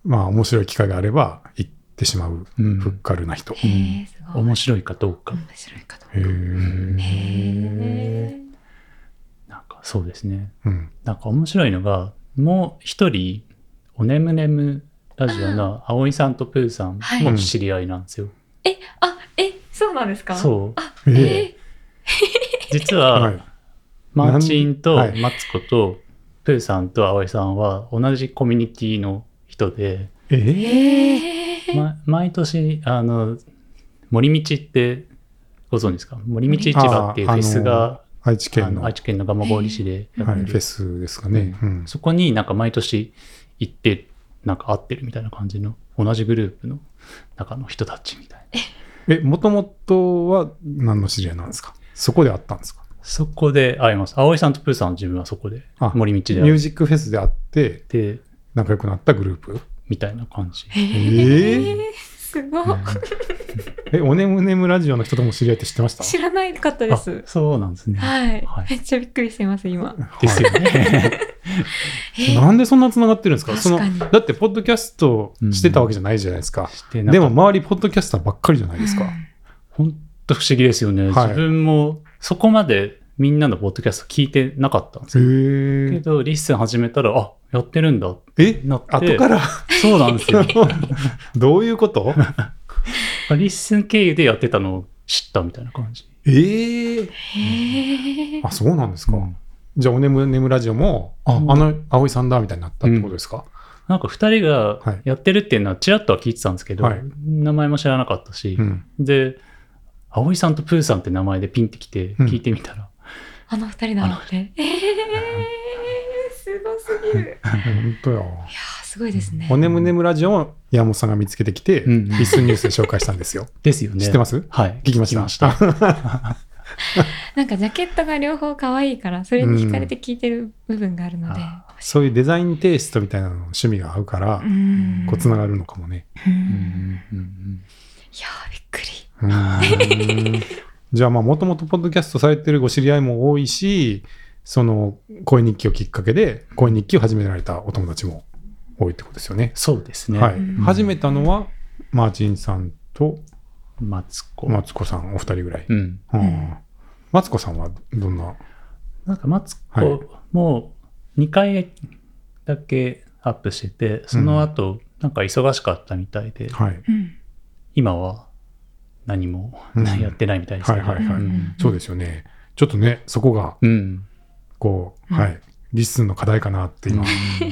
Speaker 1: まあ面白い機会があれば行ってしまう、
Speaker 3: うん
Speaker 1: ふっかるな人。
Speaker 2: へえ、すごい。面
Speaker 3: 面白いかどうか、
Speaker 2: 白いかと。
Speaker 1: へえ。
Speaker 2: へ
Speaker 3: なんかそうですね。
Speaker 1: うん。
Speaker 3: なんか面白いのが、もう一人、おねむねむラジオの葵さんとプーさん
Speaker 2: はい
Speaker 3: も知り合いなんですよ。
Speaker 2: え。え、あ、え、そうなんですかう。
Speaker 3: そう。
Speaker 2: あ、
Speaker 1: え
Speaker 2: え
Speaker 3: 実
Speaker 1: <laughs> は
Speaker 3: は、
Speaker 1: い。
Speaker 3: マーチン
Speaker 1: な
Speaker 3: とマ
Speaker 1: んはい
Speaker 3: ツコとプーさんと葵さんは同じコミュニティの人で、
Speaker 2: ー。
Speaker 1: え
Speaker 2: えー。
Speaker 3: ま、毎年あの森道ってご存知ですか森道市場っていう
Speaker 1: あ
Speaker 3: フ
Speaker 1: ー
Speaker 3: ェスが
Speaker 1: 愛知
Speaker 3: あの
Speaker 1: 県の、は
Speaker 3: 愛
Speaker 1: い、
Speaker 3: 知県の蒲郡市で
Speaker 1: フ
Speaker 3: やって
Speaker 1: ェ
Speaker 3: る、
Speaker 1: スですかね。うん。
Speaker 3: そこになんか毎年行ってなんか会ってるみたいな感じの同じグループの中の人たちみたいな
Speaker 1: え、もともとは何の知り合いなんですかそこで会ったんですか
Speaker 3: そこで会います葵さんとプーさんは自分はそこで
Speaker 1: あ
Speaker 3: 森道で
Speaker 1: ミュー
Speaker 3: 会っ
Speaker 1: ジックフェスで会って
Speaker 3: て
Speaker 1: 仲良くなったグループ
Speaker 3: みたいな感じ
Speaker 2: え
Speaker 1: え
Speaker 2: ー。すごい。
Speaker 1: え、おねむねむラジオの人とも知り合いって知ってました
Speaker 2: 知らないかったで
Speaker 3: あ
Speaker 2: す。
Speaker 3: そうなんですね
Speaker 2: はい
Speaker 3: は。い
Speaker 2: めっちゃびっくりしてます、今。
Speaker 3: ですよね
Speaker 1: はいなんでそんな繋がってるんですかそ
Speaker 2: 確
Speaker 1: の
Speaker 2: かに
Speaker 1: だって、ポッドキャストしてたわけじゃないじゃないですか。
Speaker 3: して
Speaker 1: で
Speaker 3: で
Speaker 1: も、
Speaker 3: も、
Speaker 1: 周り、ポッドキャスターばっかりじゃないですか。
Speaker 3: 本当不思議ですよね。
Speaker 1: はい
Speaker 3: 自分もそこまでみんなのポッドキャスト聞いてなかったんです
Speaker 1: へ
Speaker 3: よ。け
Speaker 1: ー
Speaker 3: ど、リッスン始めたら、あやってるんだって
Speaker 1: え
Speaker 3: なって。
Speaker 1: 後から
Speaker 3: そうなんですよ。 <laughs>
Speaker 1: <laughs> どういうこと
Speaker 3: リッスン経由でやってたのを知ったみたいな感じ。
Speaker 1: ええ
Speaker 2: へえ。
Speaker 1: あ、そうなんですか。
Speaker 3: うん
Speaker 1: じゃあ、おねむねむラジオも、あ、
Speaker 3: うん
Speaker 1: あの、葵さんだみたいになったってことですか、
Speaker 3: なんか2人がやってるっていうのはちらっとは聞いてたんですけど、
Speaker 1: はい
Speaker 3: 名前も知らなかったし、
Speaker 1: うん
Speaker 3: で、葵さんとプーさんって名前でピンってきて
Speaker 1: うん
Speaker 3: 聞いてみたら、
Speaker 2: あの二人なので。ええ。すごすぎる。いや
Speaker 1: 本当や。
Speaker 2: ー、すごいですね
Speaker 1: お。ねむねむラジオを山本さんが見つけてきて、
Speaker 3: うん
Speaker 1: リスンニュースで紹介したん <laughs> ですよ。
Speaker 3: ですよね。
Speaker 1: 知ってますす
Speaker 3: はい。
Speaker 1: 聞きました。
Speaker 2: なんかジャケットが両方可愛いから、それに惹かれて聞いてる部分があるので。
Speaker 3: あ
Speaker 1: <laughs> そういうデザインテイストみたいなのの趣味が合うから、
Speaker 2: うん
Speaker 1: こうつながるのかもね。
Speaker 2: う
Speaker 3: うんんうんうん
Speaker 2: いやーびっく
Speaker 1: <laughs>
Speaker 2: り。
Speaker 1: うーんじゃあまあもともとポッドキャストされてるご知り合いも多いしその恋日記をきっかけで恋日記を始められたお友達も多いってことですよね。
Speaker 3: そうですね。
Speaker 1: はい、
Speaker 2: うん
Speaker 1: 始めたのはマーチンさんと
Speaker 3: マツコ。
Speaker 1: マツコさんお二人ぐらい。
Speaker 3: うん。
Speaker 1: うん
Speaker 2: うん
Speaker 1: マツコさんはどんな
Speaker 3: なんかマツ
Speaker 1: はい
Speaker 3: コも2回だけアップしてて、その後、なんか忙しかったみたいで、
Speaker 1: はい、
Speaker 2: うん
Speaker 3: 今は何も
Speaker 1: うん
Speaker 3: やってないみたいですけど。
Speaker 1: はいはいはい
Speaker 3: うん
Speaker 1: そうですよね。ちょっとねそこが
Speaker 3: うん。
Speaker 1: 構、はい、リッスンの課題かなって今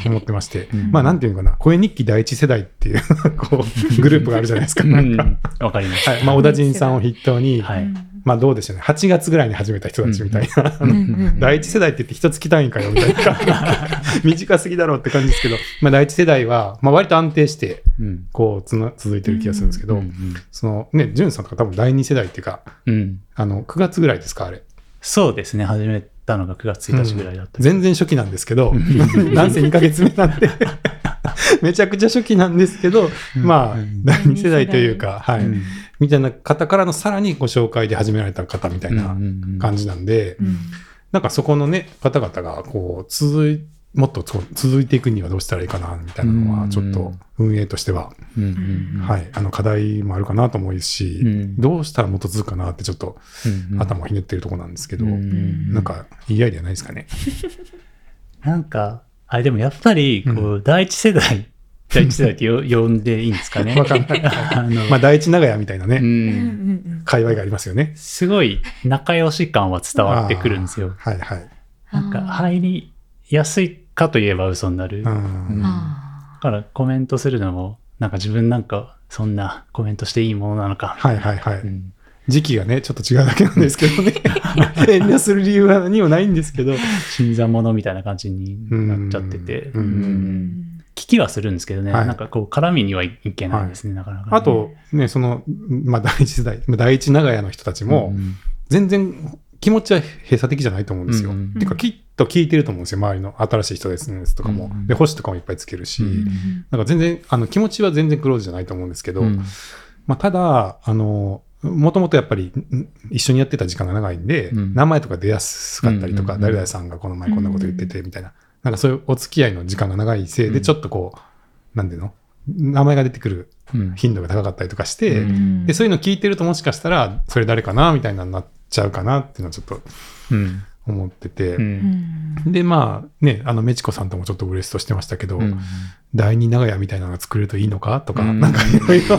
Speaker 1: 思ってまして、
Speaker 3: <laughs> うん
Speaker 1: まあなんていうのかな、声日記第一世代っていう <laughs> こ
Speaker 3: <laughs>
Speaker 1: うグループがあるじゃないですか、
Speaker 3: う
Speaker 1: なんか。
Speaker 3: んわかります。
Speaker 1: はいまあ、小田陣さんを筆頭に、
Speaker 3: はい
Speaker 1: まあどうでしょうね、8月ぐらいに始めた人たちみたいな、
Speaker 2: うんうんうんうん
Speaker 1: <laughs> 第一世代って言って一月単位かよみたい
Speaker 3: <laughs>
Speaker 1: な短すぎだろうって感じですけど、まあ、第一世代は、まあ、割と安定して
Speaker 3: うん
Speaker 1: こうつな続いてる気がするんですけど、
Speaker 3: うん
Speaker 1: そのね潤さんとか多分第二世代っていうか
Speaker 3: うん
Speaker 1: あの9月ぐらいですかあれ
Speaker 3: そうですね、始めたのが9月1日ぐらいだった。
Speaker 1: 全然初期なんですけどなんせ2ヶ月目なん
Speaker 3: <laughs>
Speaker 1: でめちゃくちゃ初期なんですけど、まあ
Speaker 3: うん
Speaker 1: 第二世代というか、はい
Speaker 3: うん
Speaker 1: みたいな方からのさらにご紹介で始められた方みたいな感
Speaker 3: じ。
Speaker 1: じなんで、
Speaker 2: うん
Speaker 1: なんかそこのね、方々がこう、続い、もっとそう続いていくにはどうしたらいいかな、みたいなの
Speaker 3: う
Speaker 1: は、
Speaker 3: ん
Speaker 1: ちょっと運営としては、
Speaker 3: うんうんうん
Speaker 1: はい、あの課題もあるかなと思うし、
Speaker 3: うん
Speaker 1: どうしたらもっと続くかなってちょっと
Speaker 3: うんうん
Speaker 1: 頭をひねってるとこなんですけど、
Speaker 3: うん
Speaker 1: なんかいいアイデアないですかね。
Speaker 3: なんか、あれでもやっぱり、こう、第一世代、第一世代ってよ呼んでいいんですかね。
Speaker 1: わかんない。
Speaker 3: <laughs> あの
Speaker 1: まあ、第一長屋みたいなね、
Speaker 2: うんうん
Speaker 3: うん
Speaker 2: うん
Speaker 1: 界隈がありますよね。
Speaker 3: すごい仲良し感は伝わってくるんですよ。
Speaker 1: あーはいはい。
Speaker 3: なんか、
Speaker 2: あ
Speaker 3: 入りやすいかといえば嘘になる。
Speaker 1: う
Speaker 3: だ
Speaker 1: ん
Speaker 3: うん
Speaker 2: ーあからコメントするのも、なんか自分なんか、そんなコメントしていいものなのか。
Speaker 1: はいはいはい、
Speaker 3: うん
Speaker 1: 時期がね、ちょっと違うだけなんですけど
Speaker 3: <laughs>
Speaker 1: ね。遠慮する理由は何もないんですけど。
Speaker 3: 新参者みたいな感じになっちゃってて。
Speaker 1: うん
Speaker 2: ーう
Speaker 3: うん
Speaker 2: ん
Speaker 3: 聞きはするんですけどね、
Speaker 1: はい
Speaker 3: なんかこう絡みにはいけないですね、なかなかね、
Speaker 1: <laughs> あと、ね、その、まあ、第一世代、まあ第一長屋の人たちも、
Speaker 3: ん
Speaker 1: 全然気持ちは閉鎖的じゃないと思うんですよ。
Speaker 3: うんうん
Speaker 1: てか、きっと聞いてると思うんですよ、周りの新しい人ですねとかも。
Speaker 3: うん
Speaker 1: で、星とかもいっぱいつけるし、
Speaker 3: うん
Speaker 1: なんか全然、あの気持ちは全然クローズじゃないと思うんですけど、
Speaker 3: うん
Speaker 1: まあ、ただ、あの、もともとやっぱりん一緒にやってた時間が長いんで、
Speaker 3: うん
Speaker 1: 名前とか出やすかったりとか、
Speaker 3: うんうんう
Speaker 1: 誰
Speaker 3: ん
Speaker 1: 々さんがこの前こんなこと言っててみたいな、なんかそういうお付き合いの時間が長いせいで、
Speaker 3: うん
Speaker 1: ちょっとこう、なんでの名前が出てくる
Speaker 3: うん
Speaker 1: 頻度が高かったりとかして、
Speaker 3: うん
Speaker 2: うん
Speaker 1: でそういうの聞いてるともしかしたらそれ誰かなみたいなのになっちゃうかなっていうのはちょっと
Speaker 3: うん
Speaker 1: 思ってて、
Speaker 2: うん
Speaker 1: でまあねあのメチコさんともちょっとブレストしてましたけど、
Speaker 3: うん
Speaker 1: 第二長屋みたいなのが作れるといいのかとか、
Speaker 3: うん
Speaker 1: なんかいろいろ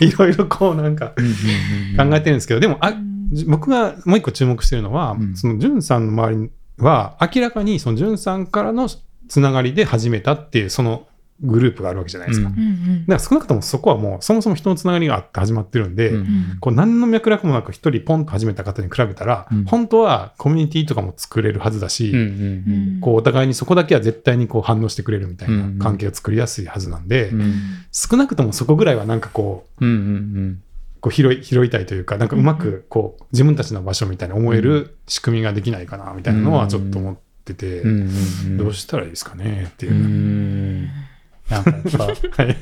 Speaker 1: いろいろこうなんか考えてるんですけどでもあじ僕がもう一個注目してるのは、
Speaker 3: うん
Speaker 1: そのジュンさんの周りは明らかにそのジュンさんからのつながりで始めたっていうそのグループがあるわけじゃないですか。
Speaker 3: うん
Speaker 2: うんうん
Speaker 1: だから少なくともそこはもうそもそも人のつながりがあって始まってるんで、
Speaker 3: うん
Speaker 1: こう何の脈絡もなく一人ポンと始めた方に比べたら、
Speaker 3: うん
Speaker 1: 本当はコミュニティとかも作れるはずだし、
Speaker 3: うんうん
Speaker 1: こうお互いにそこだけは絶対にこう反応してくれるみたい
Speaker 3: うん
Speaker 1: な関係を作りやすいはずなんで、
Speaker 3: うん
Speaker 1: 少なくともそこぐらいはなんかこう
Speaker 3: うんうん
Speaker 1: こう拾い拾いたいというかなんかうまくこう自分たちの場所みたいに思える仕組みができないかなみたいなのはちょっと思ってて、
Speaker 3: うんうん
Speaker 1: どうしたらいいですかねっていうう。
Speaker 3: んなんかやっぱ
Speaker 1: はい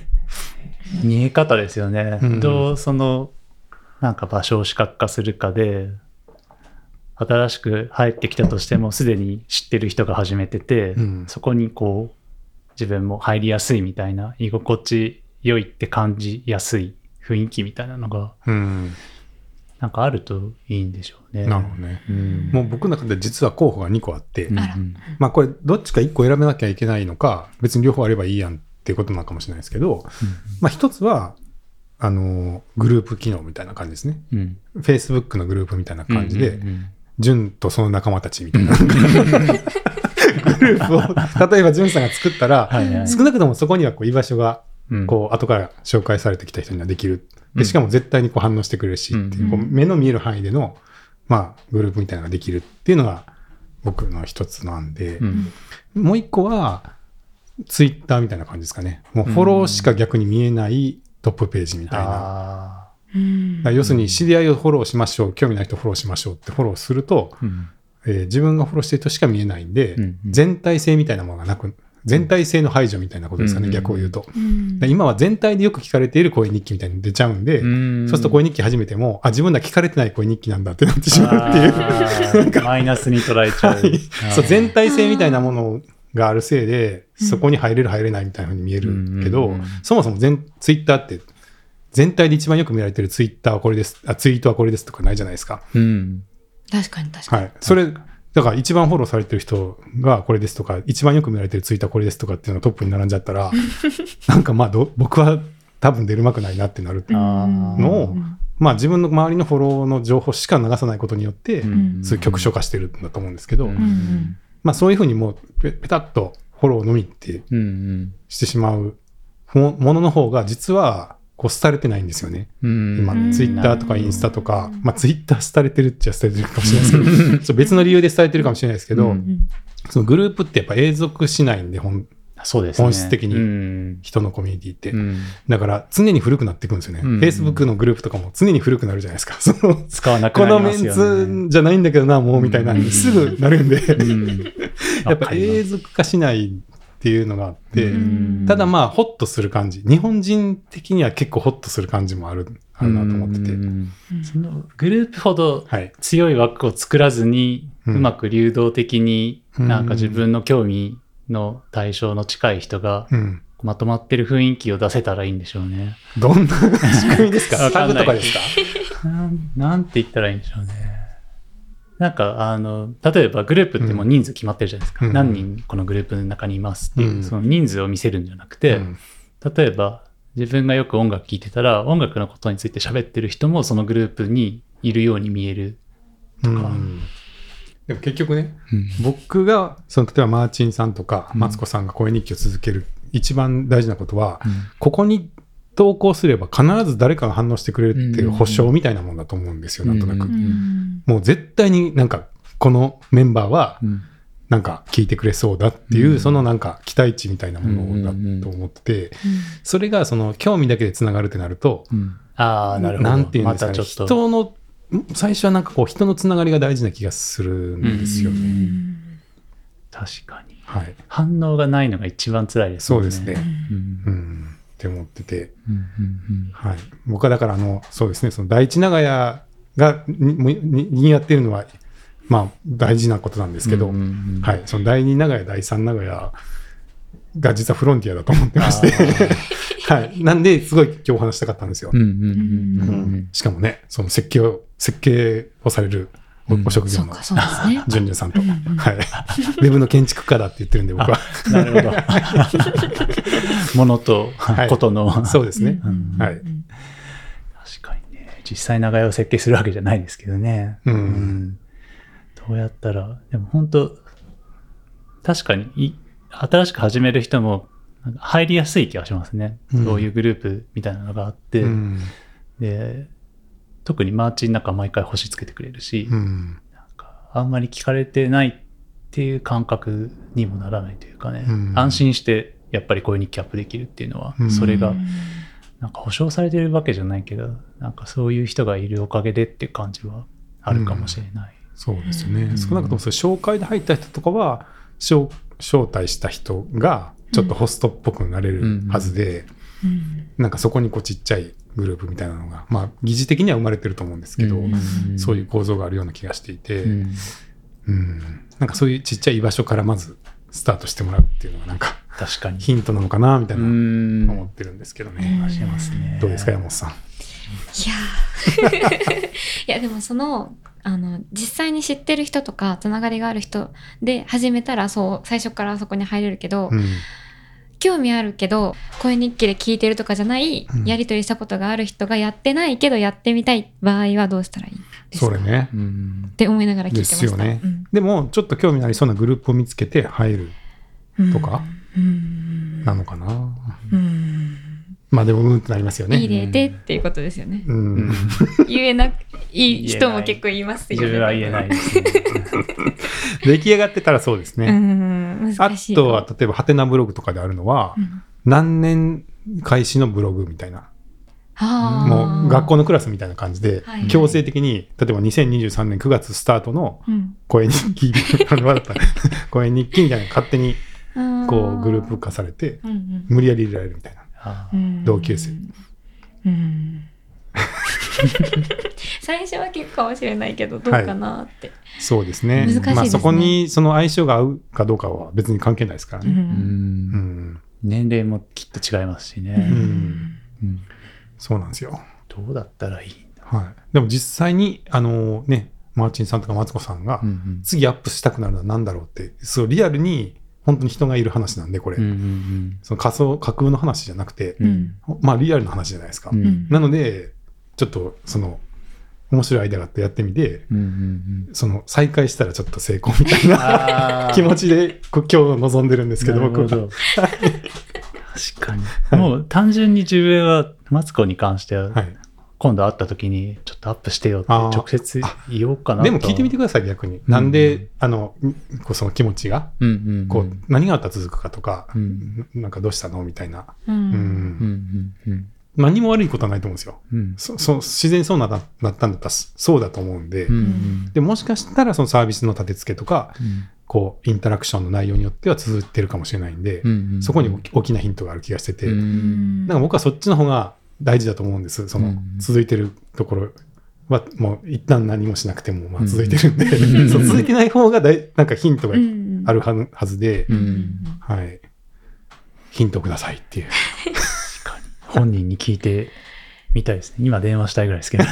Speaker 3: 見え方ですよね、
Speaker 1: うん
Speaker 3: どうそのなんか場所を視覚化するかで新しく入ってきたとしてもすでに知ってる人が始めてて、
Speaker 1: うん
Speaker 3: そこにこう自分も入りやすいみたいな居心地良いって感じやすい雰囲気みたいなのが
Speaker 1: うん、
Speaker 3: なんかあるといいんでしょうね。
Speaker 1: なるほどね。
Speaker 3: うん
Speaker 1: もう僕の中で実は候補が2個あって、
Speaker 3: うん
Speaker 2: あら
Speaker 3: うん
Speaker 1: まあこれどっちか1個選べなきゃいけないのか別に両方あればいいやんっていうことなのかもしれないですけど、まあ、一つはあのグループ機能みたいな感じですね
Speaker 3: うん
Speaker 1: Facebook のグループみたいな感じで、
Speaker 3: うんうん
Speaker 1: 純とその仲間たちみたいなグループを例えば純さんが作ったら、
Speaker 3: はいはい
Speaker 1: 少なくともそこにはこう居場所が
Speaker 3: うん
Speaker 1: こう後から紹介されてきた人にはできる
Speaker 3: う
Speaker 1: で
Speaker 3: ん
Speaker 1: しかも絶対にこう反応してくれるしっていう,、
Speaker 2: うん
Speaker 1: こう目の見える範囲での、まあ、グループみたいなのができるっていうのが僕の一つなんで、
Speaker 3: うん
Speaker 1: もう一個は、ツイッターみたいな感じですかね。もうフォローしか逆に見えないトップページみたいな。だか
Speaker 3: あ
Speaker 2: うん
Speaker 1: ら要するに知り合いをフォローしましょう、興味ない人フォローしましょうってフォローすると、
Speaker 3: ーうん
Speaker 1: えー自分がフォローしてる人しか見えないんで、
Speaker 3: うんうん
Speaker 1: 全体性みたいなものがなく、全体性の排除みたいなことですかね、
Speaker 3: うん
Speaker 1: 逆を言うと。
Speaker 2: うん
Speaker 1: で今は全体でよく聞かれている声日記みたいに出ちゃうんで、
Speaker 3: うん
Speaker 1: そうすると声日記始めても、あ、自分ら聞かれてない声日記なんだってなってしまうっていう。
Speaker 3: あーマイナスに捉えちゃう。
Speaker 1: そう全体性みたいなものがあるせいで、そこに入れる入れないみたいなふうに見えるけど、
Speaker 3: うんうんうん
Speaker 1: そもそも全ツイッターって全体で一番よく見られてるツイッターはこれですあツイートはこれですとかないじゃないですか、
Speaker 3: うん。
Speaker 2: 確かに確か
Speaker 1: は
Speaker 2: に
Speaker 1: い、それだから一番フォローされてる人がこれですとか一番よく見られてるツイッターこれですとかっていうのがトップに並んじゃった
Speaker 3: <laughs>
Speaker 1: らなんかまあど僕は多分出るまくないなってなる
Speaker 3: あー
Speaker 1: のを
Speaker 2: うん
Speaker 1: まあ自分の周りのフォローの情報しか流さないことによって、そういう局所化してるんだと思うんですけど、
Speaker 3: うん
Speaker 2: ん
Speaker 1: まあそういうふうにもうペペタッとフォローのみって
Speaker 3: うんうん
Speaker 1: してしまうもものの方が実はこう廃れてないんですよね。
Speaker 3: うん
Speaker 1: 今、
Speaker 2: うん
Speaker 1: ツイッターとかインスタとか
Speaker 2: うん、
Speaker 1: まあツイッター廃れてるっちゃ廃れてるかもしれないですけど、ち
Speaker 3: <laughs>
Speaker 1: ょっと別の理由で廃れてるかもしれないですけど、
Speaker 3: うん
Speaker 1: そのグループってやっぱ永続しないんで、ほん
Speaker 3: そうですね。
Speaker 1: 本質的に
Speaker 3: うん
Speaker 1: 人のコミュニティって。
Speaker 3: うん
Speaker 1: だから常に古くなっていくんですよね。
Speaker 3: うん
Speaker 1: Facebook のグループとかも常に古くなるじゃないですか。その
Speaker 3: 使わなく
Speaker 1: この
Speaker 3: なりま
Speaker 1: メン
Speaker 3: すよね。
Speaker 1: ツじゃないんだけどな、もうみたいな
Speaker 3: うん、
Speaker 1: すぐなるんで、
Speaker 3: うん
Speaker 1: やっぱ永続化しないっていうのがあって、
Speaker 2: うん
Speaker 1: ただまあ、ホッとする感じ。日本人的には結構ホッとする感じもある、あるなと思ってて。
Speaker 3: うんそのグループほど
Speaker 1: はい。
Speaker 3: 強い枠を作らずに、う
Speaker 1: うん
Speaker 3: まく流動的に、
Speaker 1: うん
Speaker 3: なんか自分の興味の対象の近い人が
Speaker 1: うん。
Speaker 3: まとまってる雰囲気を出せたらいいんでしょうね。
Speaker 1: どんな仕組みですか
Speaker 3: わか
Speaker 1: タ
Speaker 3: ん
Speaker 1: グ
Speaker 3: ない
Speaker 1: とかですか
Speaker 3: なんなんて言ったらいいんでしょうね。なんかあの例えばグループってもう人数決まってるじゃないですか、
Speaker 1: うん
Speaker 3: 何人このグループの中にいますっていう、
Speaker 1: うん
Speaker 3: その人数を見せるんじゃなくて、
Speaker 1: うん
Speaker 3: 例えば自分がよく音楽聴いてたら音楽のことについて喋ってる人もそのグループにいるように見える。
Speaker 1: うんでも結局ね、
Speaker 3: うん
Speaker 1: 僕が、その例えばマーチンさんとか、
Speaker 3: うん
Speaker 1: マツコさんが声日記を続ける一番大事なことは、ここに投稿すれば必ず誰かが反応してくれるっていう保証みたいなもんだと思うんですよ、なんとな
Speaker 3: う
Speaker 1: く
Speaker 2: う。ん
Speaker 1: もう絶対になんか、このメンバーは
Speaker 3: うん
Speaker 1: なんか聞いてくれそうだっていう、
Speaker 3: うん
Speaker 1: そのなんか期待値みたいなものだと思ってて、それがその興味だけでつながるってなると、
Speaker 3: ああ、なるほど。
Speaker 1: んていうんですか
Speaker 3: ま
Speaker 1: ね、
Speaker 3: たちょっと。
Speaker 1: 人の、最初はなんかこう人のつながりが大事な気がするんですよね。
Speaker 3: うん
Speaker 2: うん
Speaker 3: 確かに。
Speaker 1: はい。
Speaker 3: 反応がないのが一番辛いです
Speaker 1: そ
Speaker 3: も
Speaker 1: うんですね。。
Speaker 3: うん
Speaker 1: うん。って思ってて。
Speaker 3: うんうん
Speaker 1: はい。僕はだから、あの、そうですね、その第一長屋が、に、にににやってるのは、まあ、大事なことなんですけど、
Speaker 3: うんうんうん
Speaker 1: はい。その第二長屋、第三長屋が実はフロンティアだと思ってまし
Speaker 3: あ
Speaker 1: て、 <laughs> はい。なんで、すごい今日お話したかったんですよ。
Speaker 3: うんうんうんうん
Speaker 1: うんしかもね、その設計を、設計をされるお
Speaker 3: うん
Speaker 1: お職
Speaker 2: そ
Speaker 1: 業
Speaker 2: う
Speaker 1: の
Speaker 2: か、そうですね。
Speaker 1: ジュンジュンさんと、
Speaker 2: うんうん
Speaker 1: はい。ウェブの建築家だって言ってるんで、僕は。
Speaker 3: うんなるほ
Speaker 1: <laughs>
Speaker 3: ど。ものと
Speaker 1: はい
Speaker 3: ことの。
Speaker 1: そ
Speaker 3: 確
Speaker 1: うですね。
Speaker 2: うん
Speaker 1: はい
Speaker 2: うん
Speaker 3: かにね。実際長屋を設計するわけじゃないですけどね。
Speaker 1: うん
Speaker 3: んどうやったら、でも本当確かにい、新しく始める人も、なんか入りやすい気がしますね。
Speaker 1: うん
Speaker 3: どういうグループみたいなのがあって、
Speaker 1: うん。
Speaker 3: で特にマーチンなんか毎回星つけてくれるし、
Speaker 1: うん。
Speaker 3: なんかあんまり聞かれてないっていう感覚にもならないというかね、
Speaker 1: うん
Speaker 3: 安心してやっぱりこういう日記アップできるっていうのは、
Speaker 1: うん
Speaker 3: それが
Speaker 2: うん
Speaker 3: なんか保証されてるわけじゃないけどなんかそういう人がいるおかげでっていう感じはあるかもしれない。
Speaker 1: そうです
Speaker 2: う
Speaker 1: ね。
Speaker 3: ん
Speaker 1: 少なくとも、そういう紹介で入った人とかは、招招待した人が、ちょっとホストっぽくなれるはずで、
Speaker 2: うん
Speaker 1: なんかそこにこうちっちゃいグループみたいなのが、まあ、疑似的には生まれてると思うんですけど、
Speaker 2: ん
Speaker 1: そういう構造があるような気がしていて、
Speaker 3: うん、
Speaker 1: うんなんかそういうちっちゃい居場所からまずスタートしてもらうっていうのがなんか
Speaker 3: 確かに。
Speaker 1: ヒントなのかなみたいな
Speaker 3: うん
Speaker 1: 思ってるんですけどね。
Speaker 3: しますね。
Speaker 1: どうですか山本さん。<laughs>
Speaker 2: いやーいやでもそのあの実際に知ってる人とかつながりがある人で始めたらそう最初からそこに入れるけど、
Speaker 1: うん
Speaker 2: 興味あるけど声日記で聞いてるとかじゃない、
Speaker 1: うん
Speaker 2: やり取りしたことがある人がやってないけどやってみたい場合はどうしたらいいです
Speaker 1: そ
Speaker 2: か
Speaker 1: れね
Speaker 3: う。ん
Speaker 2: って思いながら聞いてました。
Speaker 1: ですよね
Speaker 2: うん
Speaker 1: でもちょっと興味のありそうなグループを見つけて入るとか
Speaker 2: うん
Speaker 1: なのかな。
Speaker 2: うん
Speaker 1: まあでもうんってなりますよね。
Speaker 2: いい例でっていうことです
Speaker 1: <laughs>
Speaker 2: よね。
Speaker 1: うん
Speaker 3: うん
Speaker 2: 言えなくいい人も結構言いますよ
Speaker 3: 自
Speaker 2: ね。
Speaker 3: 分は言えないですね。
Speaker 1: 出来上がってたらそうです
Speaker 2: う
Speaker 1: ね。
Speaker 2: ん
Speaker 1: あ
Speaker 2: 難しいか
Speaker 1: と
Speaker 2: も。
Speaker 1: は例えばハテナブログとかであるのは、
Speaker 2: うん
Speaker 1: 何年開始のブログみたいな。
Speaker 2: あー
Speaker 1: もう学校のクラスみたいな感じで
Speaker 2: はいはい
Speaker 1: 強制的に例えば2023年9月スタートの
Speaker 2: うん
Speaker 1: 声日記あ
Speaker 2: <laughs>
Speaker 1: の笑った声日記みたいなの勝手に
Speaker 2: あ
Speaker 1: こうグループ化されて
Speaker 2: うんうん
Speaker 1: 無理やり入れられるみたいな
Speaker 3: あ
Speaker 2: う
Speaker 3: ー
Speaker 2: ん
Speaker 1: 同級生
Speaker 2: うん最初は結構かもしれないけどどうかなって、
Speaker 1: そうですね
Speaker 2: 難しいですね
Speaker 1: まあ、そこにその相性が合うかどうかは別に関係ないですから
Speaker 2: う
Speaker 1: ね、
Speaker 3: うんん
Speaker 1: うん、
Speaker 3: 年齢もきっと違いますしね。
Speaker 1: ん
Speaker 3: うん
Speaker 1: そうなんですよ、
Speaker 3: どうだったらいいんだ、
Speaker 1: はい、でも実際にあのねマーチンさんとかマツコさんが
Speaker 3: ん
Speaker 1: 次アップしたくなるのは何だろうってそうリアルに本当に人がいる話なんでこれ、
Speaker 3: ん
Speaker 1: その仮想架空の話じゃなくて
Speaker 2: うん
Speaker 1: まあリアルな話じゃないですか、
Speaker 3: うん
Speaker 2: うん
Speaker 1: なので、ちょっとその面白いアイデアがあってやってみて
Speaker 3: うんうんうん
Speaker 1: その再開したらちょっと成功みたいな
Speaker 3: <laughs> あー
Speaker 1: 気持ちでこ今日望んでるんですけど
Speaker 3: なる
Speaker 1: 僕
Speaker 3: ほ
Speaker 1: は
Speaker 3: ど確かにもう単純に自分はマツコに関しては
Speaker 1: はい
Speaker 3: 今度会った時にちょっとアップしてよって
Speaker 1: あー
Speaker 3: 直接言おうかなと
Speaker 1: でも聞いてみてください逆に、なんであのこうその気持ちが
Speaker 3: うんうんうん
Speaker 1: こう、何があったら続くかとか、
Speaker 3: うん
Speaker 1: ななんかどうしたのみたいな、う
Speaker 2: う
Speaker 1: ん
Speaker 2: ん。
Speaker 3: うんうんうん
Speaker 1: 何も悪いことはないと思うんですよ
Speaker 3: うん
Speaker 1: そそ自然そうなななったんだったらそうだと思うんで、
Speaker 3: うんうん
Speaker 1: でもしかしたらそのサービスの立て付けとか
Speaker 3: うん
Speaker 1: こうインタラクションの内容によっては続いてるかもしれないんで、
Speaker 3: うんうん
Speaker 1: そこに大き大きなヒントがある気がしてて、
Speaker 3: うん
Speaker 2: う
Speaker 1: な
Speaker 2: ん
Speaker 1: んか僕はそっちの方が大事だと思うんですその、
Speaker 3: うん
Speaker 1: 続いてるところはもう一旦何もしなくてもまあ続いてるん
Speaker 3: <laughs>
Speaker 1: で、
Speaker 3: ん
Speaker 1: そう続いてない方がだいなんかヒントが
Speaker 2: うん
Speaker 1: あるはずはずで、
Speaker 2: う
Speaker 3: う
Speaker 2: ん
Speaker 3: ん
Speaker 1: はいヒントくださいっていう
Speaker 3: 本人に聞いてみたいですね今電話したいぐらいですけど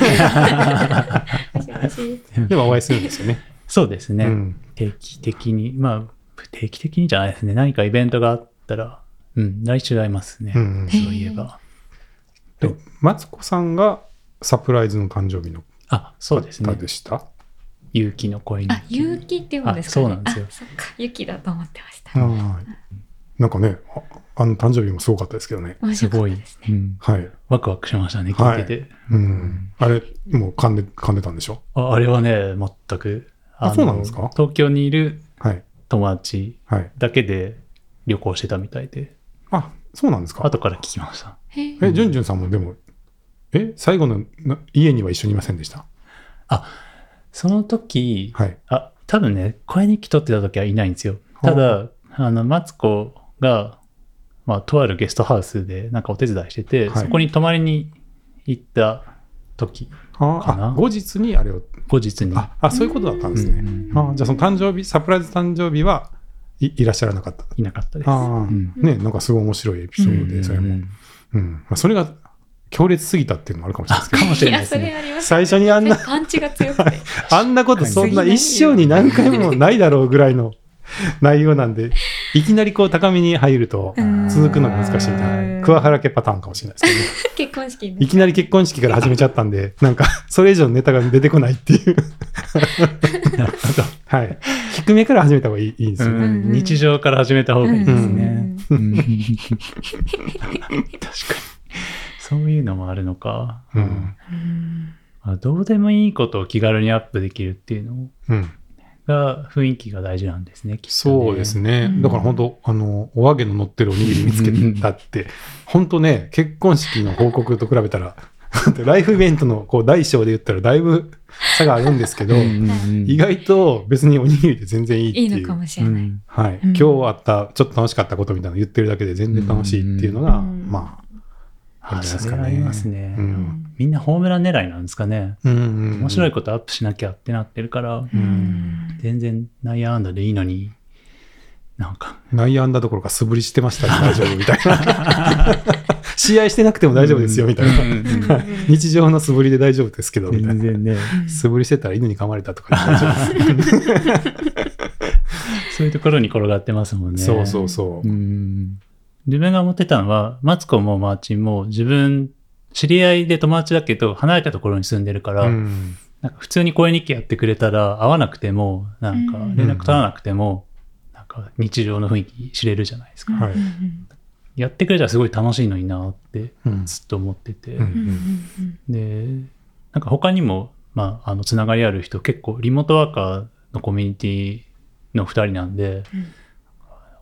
Speaker 2: 難しい
Speaker 1: でもお会いするんですよね。
Speaker 3: そうですね、
Speaker 1: うん
Speaker 3: 定期的にまあ定期的にじゃないですね何かイベントがあったらうん来週会いますね、
Speaker 1: うん
Speaker 3: そういえば
Speaker 1: でマツコさんがサプライズの誕生日の
Speaker 3: あそうです
Speaker 1: 方
Speaker 3: ね
Speaker 1: でした。
Speaker 3: 勇気の声に
Speaker 2: あ、ゆうきって言うんですか、ね、
Speaker 3: あそうなんですよ
Speaker 2: あそっか、ゆきだと思ってました。
Speaker 1: はいなんかねあ、あの誕生日もすごかったですけどね。
Speaker 2: 面
Speaker 3: す
Speaker 2: 白かっ
Speaker 3: ご
Speaker 2: た
Speaker 3: い
Speaker 2: です、
Speaker 3: うん、
Speaker 1: はい。
Speaker 3: ワクワクしましたね聞いてて、
Speaker 1: うん。あれ、もう噛んで、噛んでたんでしょ
Speaker 3: ああれはね全く
Speaker 1: あ
Speaker 3: の
Speaker 1: そうなんですか
Speaker 3: 東京にいる
Speaker 1: はい。
Speaker 3: 友達
Speaker 1: はい。
Speaker 3: だけで旅行してたみたいで
Speaker 1: あ、そうなんですか
Speaker 3: 後から聞きました
Speaker 2: へー
Speaker 1: え、ジュンジュンさんもでも、え、最後のな家には一緒にいませんでした
Speaker 3: その時
Speaker 1: はい。
Speaker 3: あ、多分ね、声日記撮ってた時はいないんですよ。ただ、あの、マツコが、まあ、とあるゲストハウスでなんかお手伝いしてて、
Speaker 1: はい
Speaker 3: そこに泊まりに行った時、かな
Speaker 1: ああ、後日にあれを、
Speaker 3: 後日に。
Speaker 1: あ、あそういうことだったんです
Speaker 3: う
Speaker 1: ね。
Speaker 3: ん
Speaker 1: あじゃあその誕生日、サプライズ誕生日はいいらっしゃらなかった。
Speaker 3: いなかったです。
Speaker 1: ああ、
Speaker 3: うん
Speaker 1: ね、なんかすごい面白いエピソードで、それ
Speaker 3: う
Speaker 1: も。
Speaker 3: ん
Speaker 1: うん。まあ、それが強烈すぎたっていうのもあるかもしれない
Speaker 3: あ
Speaker 1: ですけ
Speaker 3: かもしれな
Speaker 2: や、
Speaker 3: いです
Speaker 2: それ
Speaker 3: ね。
Speaker 2: ありま
Speaker 1: ど、
Speaker 2: す。
Speaker 1: <laughs> 最初にあんな、
Speaker 2: パンチが強くて。
Speaker 1: あんなことそんな一生に何回もないだろうぐらいの内容なんで、いきなりこう高めに入ると
Speaker 2: うん
Speaker 1: 続くのが難しいみたいな、桑原家パターンかもしれないですけ
Speaker 2: 結婚式
Speaker 1: <laughs> ど、い
Speaker 2: に。
Speaker 1: きなり結婚式から始めちゃったんで、なんかそれ以上のネタが出てこないっていう。 <laughs> はい。低めから始めた方がいいいいんです
Speaker 3: う
Speaker 1: よね。
Speaker 3: ん日常から始めた方がいいですね。うん確かに。そういうのもあるのか。
Speaker 1: うん。
Speaker 2: うん
Speaker 3: まあどうでもいいことを気軽にアップできるっていうのを
Speaker 1: うん。
Speaker 3: が雰囲気が大事なんですね、きっと、
Speaker 1: そうです。ね。
Speaker 2: うん
Speaker 1: だから本当、あの、お揚げの乗ってるおにぎり見つけたって、本当ね、結婚式の報告と比べたら、 <laughs> ライフイベントのこう大小で言ったらだいぶ差があるんですけど、意外と別におにぎりで全然いいってい。
Speaker 2: いういのかもし
Speaker 3: う
Speaker 2: れない。
Speaker 3: ん
Speaker 1: はい、
Speaker 2: うん
Speaker 1: 今日あった、ちょっと楽しかったことみたいなの言ってるだけで全然楽しいっていうのが、
Speaker 2: うん
Speaker 1: まあ、いいん
Speaker 3: あ、
Speaker 1: じゃないです
Speaker 3: そ
Speaker 1: か
Speaker 3: れ
Speaker 1: ね。
Speaker 3: ありますね、
Speaker 1: うん。
Speaker 3: みんなホームラン狙いなんですかね。
Speaker 1: うんうんうん
Speaker 3: 面白いことアップしなきゃってなってるから、
Speaker 2: うん
Speaker 3: 全然内野安打でいいのに、なんか、
Speaker 1: 内野安打どころか素振りしてましたら大丈夫みたいな。 <laughs> 試合してなくても大丈夫ですよみたいな。
Speaker 3: うんうん
Speaker 1: はい日常の素振りで大丈夫ですけど、みたい
Speaker 3: 全
Speaker 1: な。
Speaker 3: 然ね、
Speaker 1: 素振りしてたら犬に噛まれたとか大丈夫で
Speaker 3: そういうところに転がってますもんね。
Speaker 1: す。そうそうそう
Speaker 3: う。ん自分が思ってたのは、マツコもマーチンも自分、知り合いで友達だけど、離れたところに住んでるから、
Speaker 1: うん
Speaker 3: なんか普通に声日記やってくれたら会わなくてもなんか
Speaker 2: うん
Speaker 3: 連絡取らなくても、なんか日常の雰囲気知れるじゃないですか、
Speaker 1: はい
Speaker 2: うん
Speaker 3: やってくれたらすごい楽しいのになって
Speaker 1: うん
Speaker 3: ずっと思ってて、
Speaker 1: う
Speaker 2: うんうん
Speaker 1: ん
Speaker 3: でなんか他にも、まあ、あのつながりある人結構リモートワーカーのコミュニティの2人なんで、
Speaker 2: うん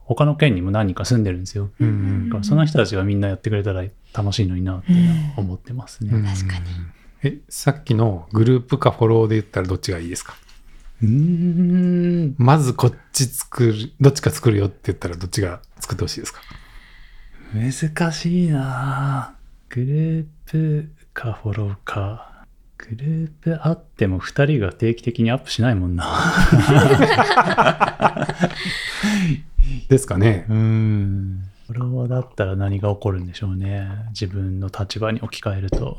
Speaker 3: 他の県にも何人か住んでるんですよ、
Speaker 1: うんう
Speaker 2: うん
Speaker 3: だからその人たちがみんなやってくれたら楽しいのになっていうのは思ってますね、
Speaker 1: うん
Speaker 2: 確かに
Speaker 1: え、さっきのグループかフォローで言ったらどっちがいいですか
Speaker 3: うーん
Speaker 1: まずこっち作る、どっちか作るよって言ったらどっちが作ってほしいですか
Speaker 3: 難しいなぁグループかフォローかグループあっても2人が定期的にアップしないもんな
Speaker 1: ですかね。
Speaker 3: うんフォロワーだったら何が起こるんでしょうね自分の立場に置き換えると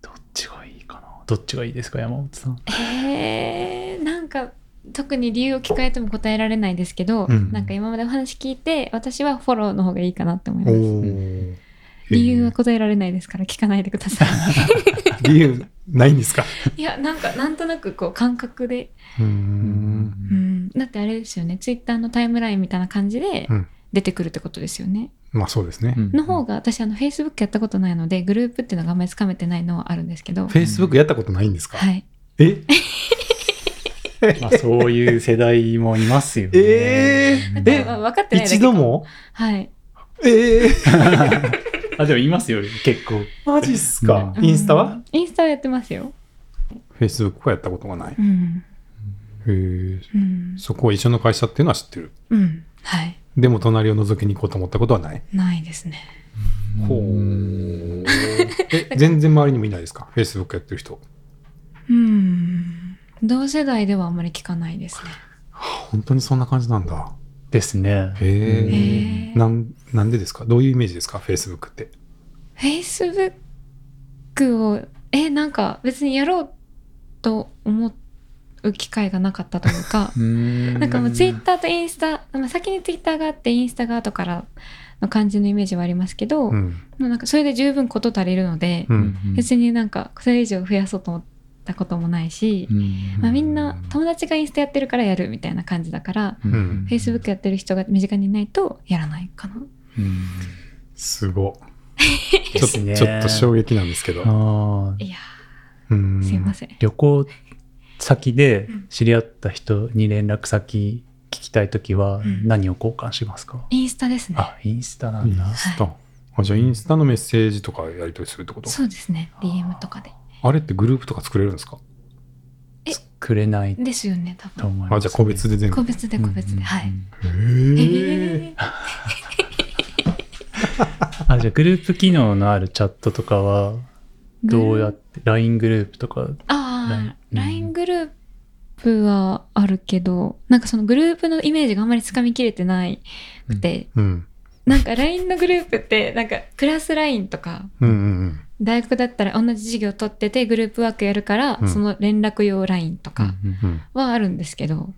Speaker 3: どっちがいいかなどっちがいいですか山本さん
Speaker 2: えーなんか特に理由を聞かれても答えられないですけど、
Speaker 1: うん
Speaker 2: なんか今までお話聞いて私はフォローの方がいいかなって思
Speaker 1: お
Speaker 2: います
Speaker 1: ー
Speaker 2: 理由は答えられないですから聞かないでくださ
Speaker 1: 理由ないんですか
Speaker 2: <laughs> い。いや、なんか、なんとなくこう感覚で、
Speaker 1: うー
Speaker 3: うん
Speaker 2: うん、だってあれですよね、ツイッターのタイムラインみたいな感じで
Speaker 1: うん
Speaker 2: 出てくるってことですよね。
Speaker 1: まあそうですね。
Speaker 2: の方が、私、あの、Facebook やったことないので、グループっていうのがあんまりつかめてないのはあるんですけど、
Speaker 1: Facebook やったことないんですか
Speaker 2: はい。
Speaker 1: え
Speaker 3: まあ、そういう世代もいますよね。
Speaker 1: えー
Speaker 3: うん
Speaker 1: え
Speaker 2: まあ分かってないだけ
Speaker 1: 一度も
Speaker 2: はい。
Speaker 1: ええ
Speaker 3: あ、でもいますよ、結構。
Speaker 1: マジっすか。
Speaker 2: うん
Speaker 1: インスタは
Speaker 2: インスタはやってますよ。
Speaker 1: ?Facebook はやったことがない。へ
Speaker 2: うん。
Speaker 1: え。
Speaker 2: うん。
Speaker 1: そこは一緒の会社っていうのは知ってる。
Speaker 2: うん。はい。
Speaker 1: でも隣を覗きに行こうと思ったことはない。
Speaker 2: ないですね。
Speaker 1: ほう。
Speaker 2: <laughs>
Speaker 1: え、全然周りにもいないですか ?Facebook やってる人。
Speaker 2: うん。同世代ではあんまり聞かないですね。
Speaker 1: 本当にそんな感じなんだ。
Speaker 3: ですね。
Speaker 1: へ
Speaker 2: へ
Speaker 1: え。
Speaker 2: え
Speaker 1: なん、なんでですかどういうイメージですか ?Facebook って。
Speaker 2: Facebook を、え、なんか別にやろうと思う機会がなかったという
Speaker 1: <laughs>
Speaker 2: か、
Speaker 3: な
Speaker 2: なんかもう Twitter とインスタ、まあ、先に Twitter があってインスタが後からの感じのイメージはありますけど、
Speaker 1: う
Speaker 2: も
Speaker 1: ん。
Speaker 2: うなんかそれで十分こと足りるので、
Speaker 1: うん。
Speaker 2: 別になんかそれ以上増やそうと思ったこともないし、まあ、みんな友達がインスタやってるからやるみたいな感じだから、
Speaker 1: うん
Speaker 2: Facebook やってる人が身近にいないとやらないかな。
Speaker 1: す
Speaker 2: <laughs>
Speaker 1: ご。ち
Speaker 3: で
Speaker 1: ょ
Speaker 3: すね
Speaker 1: ちょっと衝撃なんですけど。
Speaker 3: あー
Speaker 2: いや
Speaker 1: うん
Speaker 2: ー、すいません。
Speaker 3: 旅行先で知り合った人に連絡先聞きたいときは
Speaker 2: うん
Speaker 3: 何を交換しますか、
Speaker 2: インスタですね。
Speaker 3: あ、インスタな
Speaker 1: イン
Speaker 3: んだ。
Speaker 1: スタ。あじゃあインスタのメッセージとかやり取りするってこと
Speaker 2: そうですね。DM とかで。
Speaker 1: あれってグループとか作れるんですか
Speaker 3: くれない
Speaker 2: ですよね、多
Speaker 3: と
Speaker 2: 分。
Speaker 3: 思います、
Speaker 1: あじゃあ個別で全
Speaker 2: 個
Speaker 1: 部。
Speaker 2: 別で
Speaker 3: うん、
Speaker 2: 個別で。はい。
Speaker 1: へ
Speaker 2: え
Speaker 1: ー
Speaker 2: ー
Speaker 3: あ、じゃあグループ機能のあるチャットとかはどうやって、LINE グループとか。
Speaker 2: ああ、
Speaker 3: ライン
Speaker 2: LINE グループはあるけど、なんかそのグループのイメージがあんまりつかみきれてないくて、
Speaker 1: うん。
Speaker 2: なんか LINE のグループって、なんかクラス LINE とか、
Speaker 1: うんうん
Speaker 2: 大学だったら同じ授業取っててグループワークやるから、
Speaker 1: うん
Speaker 2: その連絡用 LINE とか
Speaker 3: うんうん
Speaker 1: うん。
Speaker 2: はあるんですけど、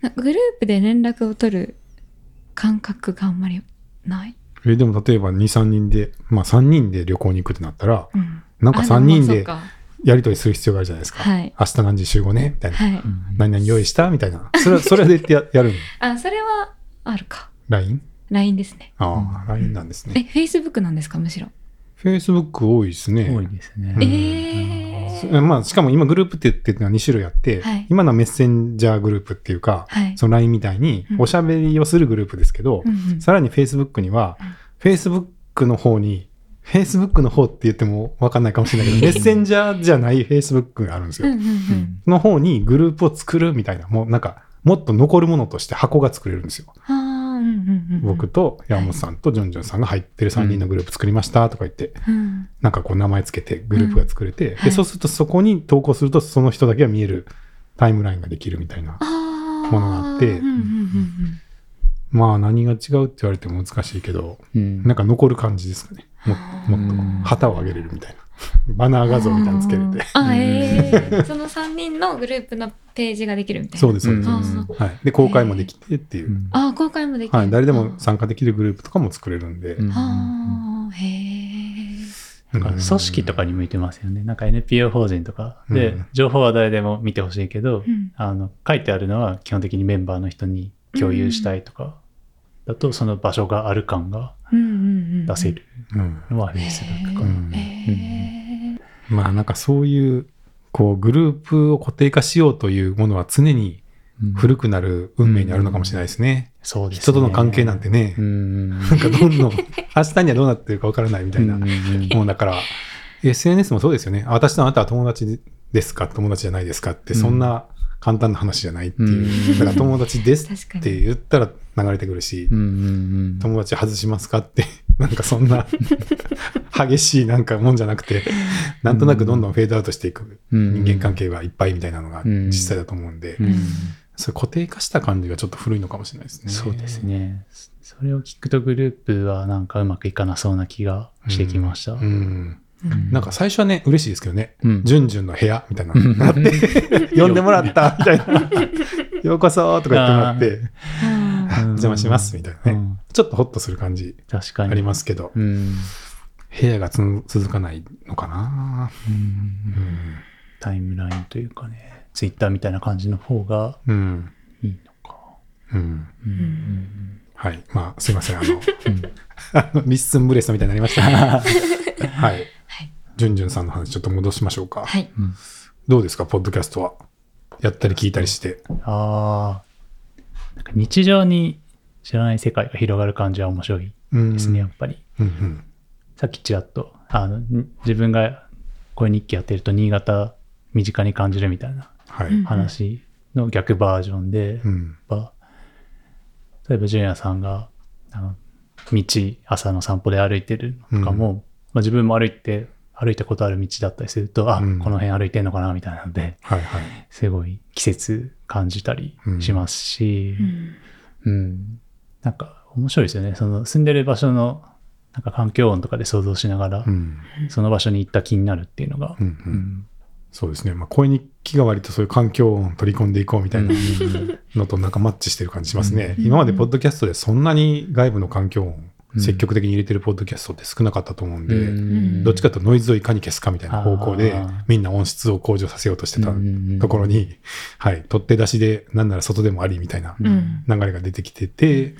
Speaker 2: なんかグループで連絡を取る感覚があんまりない。
Speaker 1: えでも例えば2、3人で、まあ3人で旅行に行くってなったら、
Speaker 2: うん。
Speaker 1: なんか
Speaker 2: あ
Speaker 1: 3人
Speaker 2: でも
Speaker 1: で
Speaker 2: そうか
Speaker 1: やり取りする必要があるじゃないですか。
Speaker 2: はい。
Speaker 1: 明日何時集合ねみたいな。
Speaker 2: はい。
Speaker 1: 何々用意したみたいな。それは、それでやってややるの
Speaker 2: あ、それはあるか。
Speaker 1: ?LINE?
Speaker 2: LINE ですね。
Speaker 1: ああ、LINE なんです
Speaker 2: え、
Speaker 1: ね。
Speaker 2: Facebook なんですか、むしろ。
Speaker 1: Facebook 多いですね。
Speaker 3: 多いですね。
Speaker 1: うん
Speaker 2: え
Speaker 1: う
Speaker 2: ー。
Speaker 1: んまあ、しかも今グループって言ってるのは2種類あって、
Speaker 2: はい
Speaker 1: 今のはメッセンジャーグループっていうか、
Speaker 2: はい。
Speaker 1: その LINE みたいに
Speaker 2: うん
Speaker 1: おしゃべりをするグループですけど、
Speaker 2: うんうん
Speaker 1: さらに Facebook には、Facebook の方に、Facebook の方って言っても分かんないかもしれないけど、メッセンジャーじゃない Facebook があるんです
Speaker 2: うん
Speaker 1: よ。
Speaker 2: うんうん。
Speaker 1: その方にグループを作るみたいな、もうなんか、もっと残るものとして箱が作れるんですよ。
Speaker 2: ああ、うんうんうん。
Speaker 1: 僕。と山本さんとジョンジョンさんが入ってる3人のグループ作りましたとか言って、
Speaker 2: うん。
Speaker 1: なんかこう名前つけてグループが作れて、
Speaker 2: はい
Speaker 1: でそうするとそこに投稿するとその人だけが見えるタイムラインができるみたいな。
Speaker 2: ああ。
Speaker 1: ものがあって
Speaker 2: うんうんうん
Speaker 1: まあ何が違うって言われても難しいけど、
Speaker 3: うん
Speaker 1: なんか残る感じですかね。も
Speaker 2: うん。
Speaker 1: もっと
Speaker 3: うん
Speaker 1: 旗を上げれるみたいな。バナー画像みたいなのつけれて。
Speaker 2: あーあー、え
Speaker 1: <laughs>
Speaker 2: え。その3人のグループのページができるみたいな。
Speaker 1: そうです、そうです。
Speaker 2: うん
Speaker 1: はい。で、公開もできてっていう。
Speaker 3: うん
Speaker 2: ああ、公開もできる。
Speaker 1: はい。誰でも参加できるグループとかも作れるんで。
Speaker 3: うん
Speaker 2: ああ、へえ。
Speaker 1: なん
Speaker 3: なんか組織とかに向いてますよね。なんか NPO 法人とかで
Speaker 1: うん、
Speaker 3: 情報は誰でも見てほしいけど、
Speaker 2: うん
Speaker 3: あの書いてあるのは基本的にメンバーの人に共有したいとか、だとその場所がある感が
Speaker 2: うんうんうん。
Speaker 3: 出せる
Speaker 1: うん。
Speaker 3: のは f
Speaker 2: へ
Speaker 3: a c e
Speaker 2: ー。
Speaker 3: b
Speaker 1: う
Speaker 3: o
Speaker 1: ん
Speaker 2: へー
Speaker 1: まあなんかそういう、こうグループを固定化しようというものは常に
Speaker 3: o
Speaker 1: 古くなる運命にあるのかもしれないですね。
Speaker 3: そうですね
Speaker 1: 人との関係なんてね
Speaker 3: う、んうん
Speaker 1: なんかどんどん明日にはどうなってるかわからないみたいな
Speaker 3: うんうんうん
Speaker 1: もうだから SNS もそうですよねあ私とあなたは友達ですか友達じゃないですかってそんな簡単な話じゃないっていう、
Speaker 3: うん
Speaker 1: だから友達です
Speaker 2: 確か
Speaker 1: っ
Speaker 2: に。
Speaker 1: て言ったら流れてくるし、
Speaker 3: うんうんうん
Speaker 1: 友達外しますかって <laughs> なんかそんな激しいなんかもんじゃなくてなんとなくどんどんフェードアウトしていく人間関係がいっぱいみたいなのが実際だと思うんで、
Speaker 3: うん
Speaker 1: それ固定化した感じがちょっと古いのかもしれないですね。
Speaker 3: そうですね。それを聞くとグループはなんかうまくいかなそうな気がしてきました。
Speaker 1: うん
Speaker 2: うん
Speaker 1: なんか最初はね、嬉しいですけどね、
Speaker 3: うん
Speaker 1: ジュンジュンの部屋みたいな、 <laughs>
Speaker 3: うん
Speaker 1: なって、呼んでもらったみたいな、ようこそとか言ってもらって、
Speaker 2: あうん
Speaker 1: お邪魔しますみたいなね
Speaker 3: うん
Speaker 1: ちょっとホッとする感じ
Speaker 3: 確か
Speaker 1: あ
Speaker 3: に。
Speaker 1: りますけど、
Speaker 3: うん。
Speaker 1: 部屋がつん続かないのかな。
Speaker 3: うんタイムラインというかね、ツイッターみたいな感じの方が
Speaker 1: うん。うん。
Speaker 3: いいのか。
Speaker 1: うん。
Speaker 3: うん
Speaker 1: はい。まあ、すいません。あの、
Speaker 3: うん
Speaker 1: あ <laughs> のリッスンブレスみたいになりましたね、
Speaker 3: <laughs>
Speaker 1: はい。
Speaker 2: はい。
Speaker 1: じゅんじゅんさんの話ちょっと戻しましょうか。
Speaker 2: はい。
Speaker 3: うん
Speaker 1: どうですか、ポッドキャストは。やったり聞いたりして。
Speaker 3: ああ、なんか日常に知らない世界が広がる感じは面白い
Speaker 1: うん
Speaker 3: ですね、やっぱり。
Speaker 1: うんうん。
Speaker 3: さっきちらっと、あの、に自分が声日記やってると新潟身近に感じるみたいな
Speaker 1: はい。
Speaker 2: うん
Speaker 3: 話の逆バージョンで、
Speaker 1: う
Speaker 3: やっ
Speaker 1: ん。
Speaker 3: ぱ、例えば純也さんが、あの、道、朝の散歩で歩いてるのとかも、まあ、自分も歩いて、歩いたことある道だったりすると、あ、
Speaker 1: うん
Speaker 3: この辺歩いてんのかな、みたいなので、
Speaker 1: はいはい。
Speaker 3: すごい季節感じたりしますし、
Speaker 2: うん
Speaker 3: うん。なんか面白いですよね。その住んでる場所のなんか環境音とかで想像しながら
Speaker 1: う、ん。
Speaker 3: その場所に行った気になるっていうのが
Speaker 1: うんう、。
Speaker 3: うんん
Speaker 1: そうですね。まあ、声日記が割とそういう環境音を取り込んでいこうみたいな
Speaker 3: うん
Speaker 1: のとなんかマッチしてる感じしますね。
Speaker 2: うん
Speaker 1: 今までポッドキャストでそんなに外部の環境音
Speaker 3: うん
Speaker 1: 積極的に入れてるポッドキャストって少なかったと思うんで、
Speaker 2: ん
Speaker 1: どっちかというとノイズをいかに消すかみたいな方向で
Speaker 3: あー
Speaker 1: みんな音質を向上させようとしてたところに、はい、取っ手出しでなんなら外でもありみたいな
Speaker 3: うん
Speaker 2: うん
Speaker 1: 流れが出てきてて、
Speaker 2: うん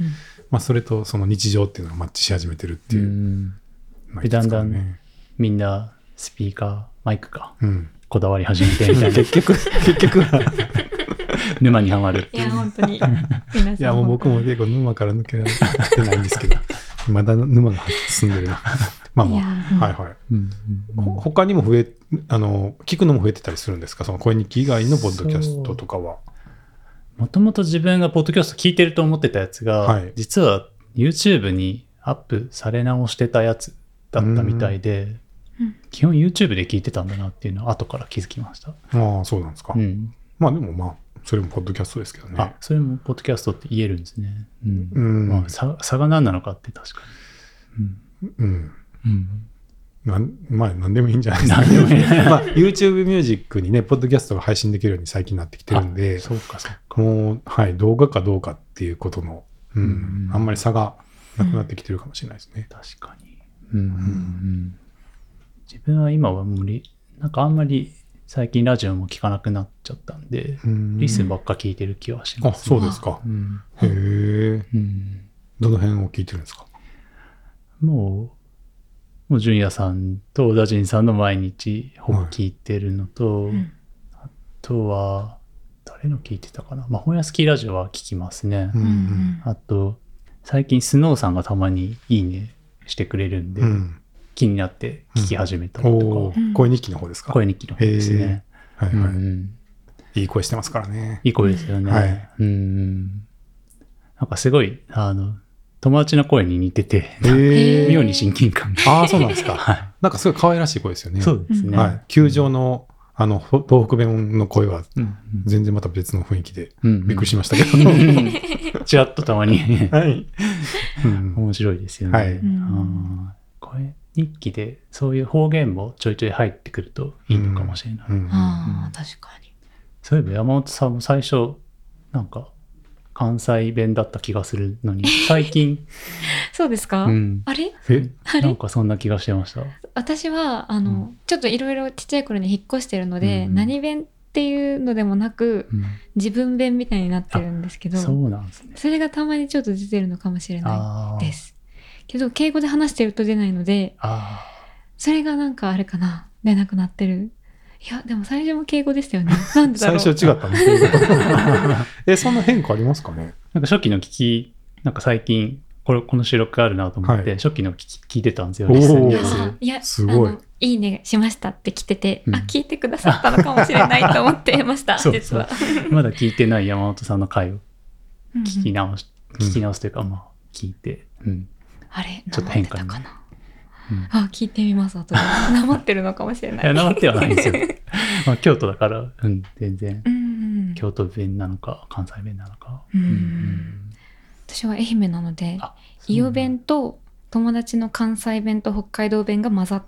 Speaker 1: まあ、それとその日常っていうのがマッチし始めてるって
Speaker 3: う
Speaker 1: いう、
Speaker 3: ん
Speaker 1: まあ
Speaker 3: でだんだん
Speaker 1: いいですかね
Speaker 3: みんなスピーカー、マイクか、
Speaker 1: うん、
Speaker 3: こだわり始めてみたいな、
Speaker 1: <laughs> 結局結局は
Speaker 3: <laughs> 沼にはまるって
Speaker 2: い
Speaker 3: い
Speaker 2: や、
Speaker 3: う。
Speaker 2: 本当に。皆さん。
Speaker 1: いやもう僕も結構沼から抜けられてないんですけど <laughs> まだ沼が進んでるな <laughs> まあ
Speaker 2: い
Speaker 1: ま
Speaker 2: や
Speaker 1: あはいはい、
Speaker 3: うんうん
Speaker 1: ほ他にも増えあの聞くのも増えてたりするんですかその声日記以外のポッドキャストとかは
Speaker 3: もともと自分がポッドキャスト聞いてると思ってたやつが、
Speaker 1: はい
Speaker 3: 実は YouTube にアップされ直してたやつだったみたいで
Speaker 2: うん、
Speaker 3: 基本 YouTube で聞いてたんだなっていうのは後から気づきました。
Speaker 1: ああそうなんですか、
Speaker 3: うん
Speaker 1: まあでもまあそれもポッドキャストですけど
Speaker 3: あ
Speaker 1: ね、
Speaker 3: それもポッドキャストって言えるんですね。うん
Speaker 1: うん
Speaker 3: まあ、差差が何なのかって確かに。
Speaker 1: うん、
Speaker 3: うんうん
Speaker 1: なんまあ何でもいいんじゃないですか、
Speaker 3: 何でもいい
Speaker 1: <laughs> まあ YouTube ミュージックにねポッドキャストが配信できるように最近なってきてるんで
Speaker 3: あそうかそうか。
Speaker 1: もう、はい、動画かどうかっていうことの、うん
Speaker 3: うん
Speaker 1: あんまり差がなくなってきてるかもしれないですね。
Speaker 3: 確かに。うんうんうん、自分は今は無理、なんかあんまり最近ラジオも聞かなくなっちゃったんで、
Speaker 1: うん
Speaker 3: リスンばっか聞いてる気はしま
Speaker 1: あ
Speaker 3: す、
Speaker 1: そうですか。
Speaker 3: うん
Speaker 1: へえ。
Speaker 3: うん
Speaker 1: どの辺を聞いてるんですか
Speaker 3: もう、もう純也さんと小田陣さんの毎日ほぼ聞いてるのと、
Speaker 2: ん
Speaker 3: あとは、誰の聞いてたかな、まあ、本屋好きラジオは聞きますね。
Speaker 1: う
Speaker 2: うんん
Speaker 3: あと、最近スノーさんがたまにいいねしてくれるんで、
Speaker 1: うん。
Speaker 3: 気になって聞き始めた
Speaker 1: お
Speaker 3: りと
Speaker 1: お
Speaker 3: か、
Speaker 2: うん
Speaker 1: 声日記の方ですか
Speaker 3: 声日記の方ですね。
Speaker 1: はい
Speaker 3: うんう
Speaker 1: は
Speaker 3: ん
Speaker 1: い。いい声してますからね。
Speaker 3: いい声ですよね。
Speaker 1: はい
Speaker 3: うんうんなんかすごい、あの、友達の声に似てて、
Speaker 1: へえ。
Speaker 3: 妙に親近感が。
Speaker 1: ああ、そうなんです
Speaker 3: <laughs>
Speaker 1: か。
Speaker 3: は
Speaker 1: なんかすごい可愛らしい声ですよね。
Speaker 3: い。そうですね。
Speaker 1: はい。球場の、あの、ほ東北弁の声は
Speaker 3: うん
Speaker 1: 全然また別の雰囲気で、
Speaker 3: うん。
Speaker 1: びっくりし
Speaker 3: ま
Speaker 1: ましたけど。。
Speaker 3: した。ちらっとたまに
Speaker 1: はい。うん
Speaker 3: 面白いですよね。
Speaker 1: はい
Speaker 3: うん声日記で、そういう方言もちょいちょい入ってくるといいのかもしれない。
Speaker 1: うん
Speaker 2: ああ、確かに。
Speaker 3: そういえば山本さんも最初、なんか、関西弁だった気がするのに、最近、
Speaker 2: そうですか
Speaker 3: うん
Speaker 2: あれ
Speaker 1: え
Speaker 2: あ
Speaker 3: なん
Speaker 2: れ
Speaker 3: かそんな気がしてました。
Speaker 2: 私は、あ
Speaker 3: う
Speaker 2: の、ちょっといろいろちっちゃい頃に引っ越してるの
Speaker 3: う
Speaker 2: で、
Speaker 3: ん
Speaker 2: 何弁っていうのでもなく、
Speaker 3: うん
Speaker 2: 自分弁みたいになってるんですけど、
Speaker 3: そうなんですね。
Speaker 2: それがたまにちょっと出てるのかもしれな
Speaker 3: あ
Speaker 2: い
Speaker 3: ー
Speaker 2: です。けど、敬語で話してると出ないので、
Speaker 3: あ
Speaker 2: それがなんかあれかな出なくなってる。いや、でも最初も敬語で
Speaker 3: <laughs>
Speaker 2: したよね。なんでだろ
Speaker 1: 最
Speaker 2: う。
Speaker 1: 初違ったんですけえ、そんな変化ありますかね
Speaker 3: ーなんか初期の聞き、なんか最近、これこの収録あるなと思って、
Speaker 1: はい
Speaker 3: 初期の聞き聞いてたんですよ、
Speaker 1: おー
Speaker 3: リスニング
Speaker 1: 初
Speaker 2: あいや、
Speaker 1: すごい
Speaker 2: あのいいねしましたって来てて、
Speaker 3: うん
Speaker 2: あ、聞いてくださったのかもしれないと思ってました、
Speaker 3: <laughs> そう
Speaker 2: 実は。
Speaker 3: まだ聞いてない山本さんの回を
Speaker 2: うん
Speaker 3: 聞き直し、
Speaker 1: うん
Speaker 3: 聞き直すというか、まあ、聞いて、うん。
Speaker 2: あれ、
Speaker 3: ちょっと変化ね
Speaker 2: なまってたか
Speaker 3: うん
Speaker 2: な。あ、聞いてみます、
Speaker 3: <laughs>
Speaker 2: 後で。なまってるのかもしれない
Speaker 3: や、
Speaker 2: い。
Speaker 3: なってはないんですよ。まあ、京都だから、うん、全然
Speaker 2: う、ん。
Speaker 3: 京都弁なのか、関西弁なのか。
Speaker 2: うん
Speaker 3: うん
Speaker 2: 私は愛媛なので、
Speaker 3: あ
Speaker 2: 伊予弁と友達の関西弁と北海道弁が混ざっ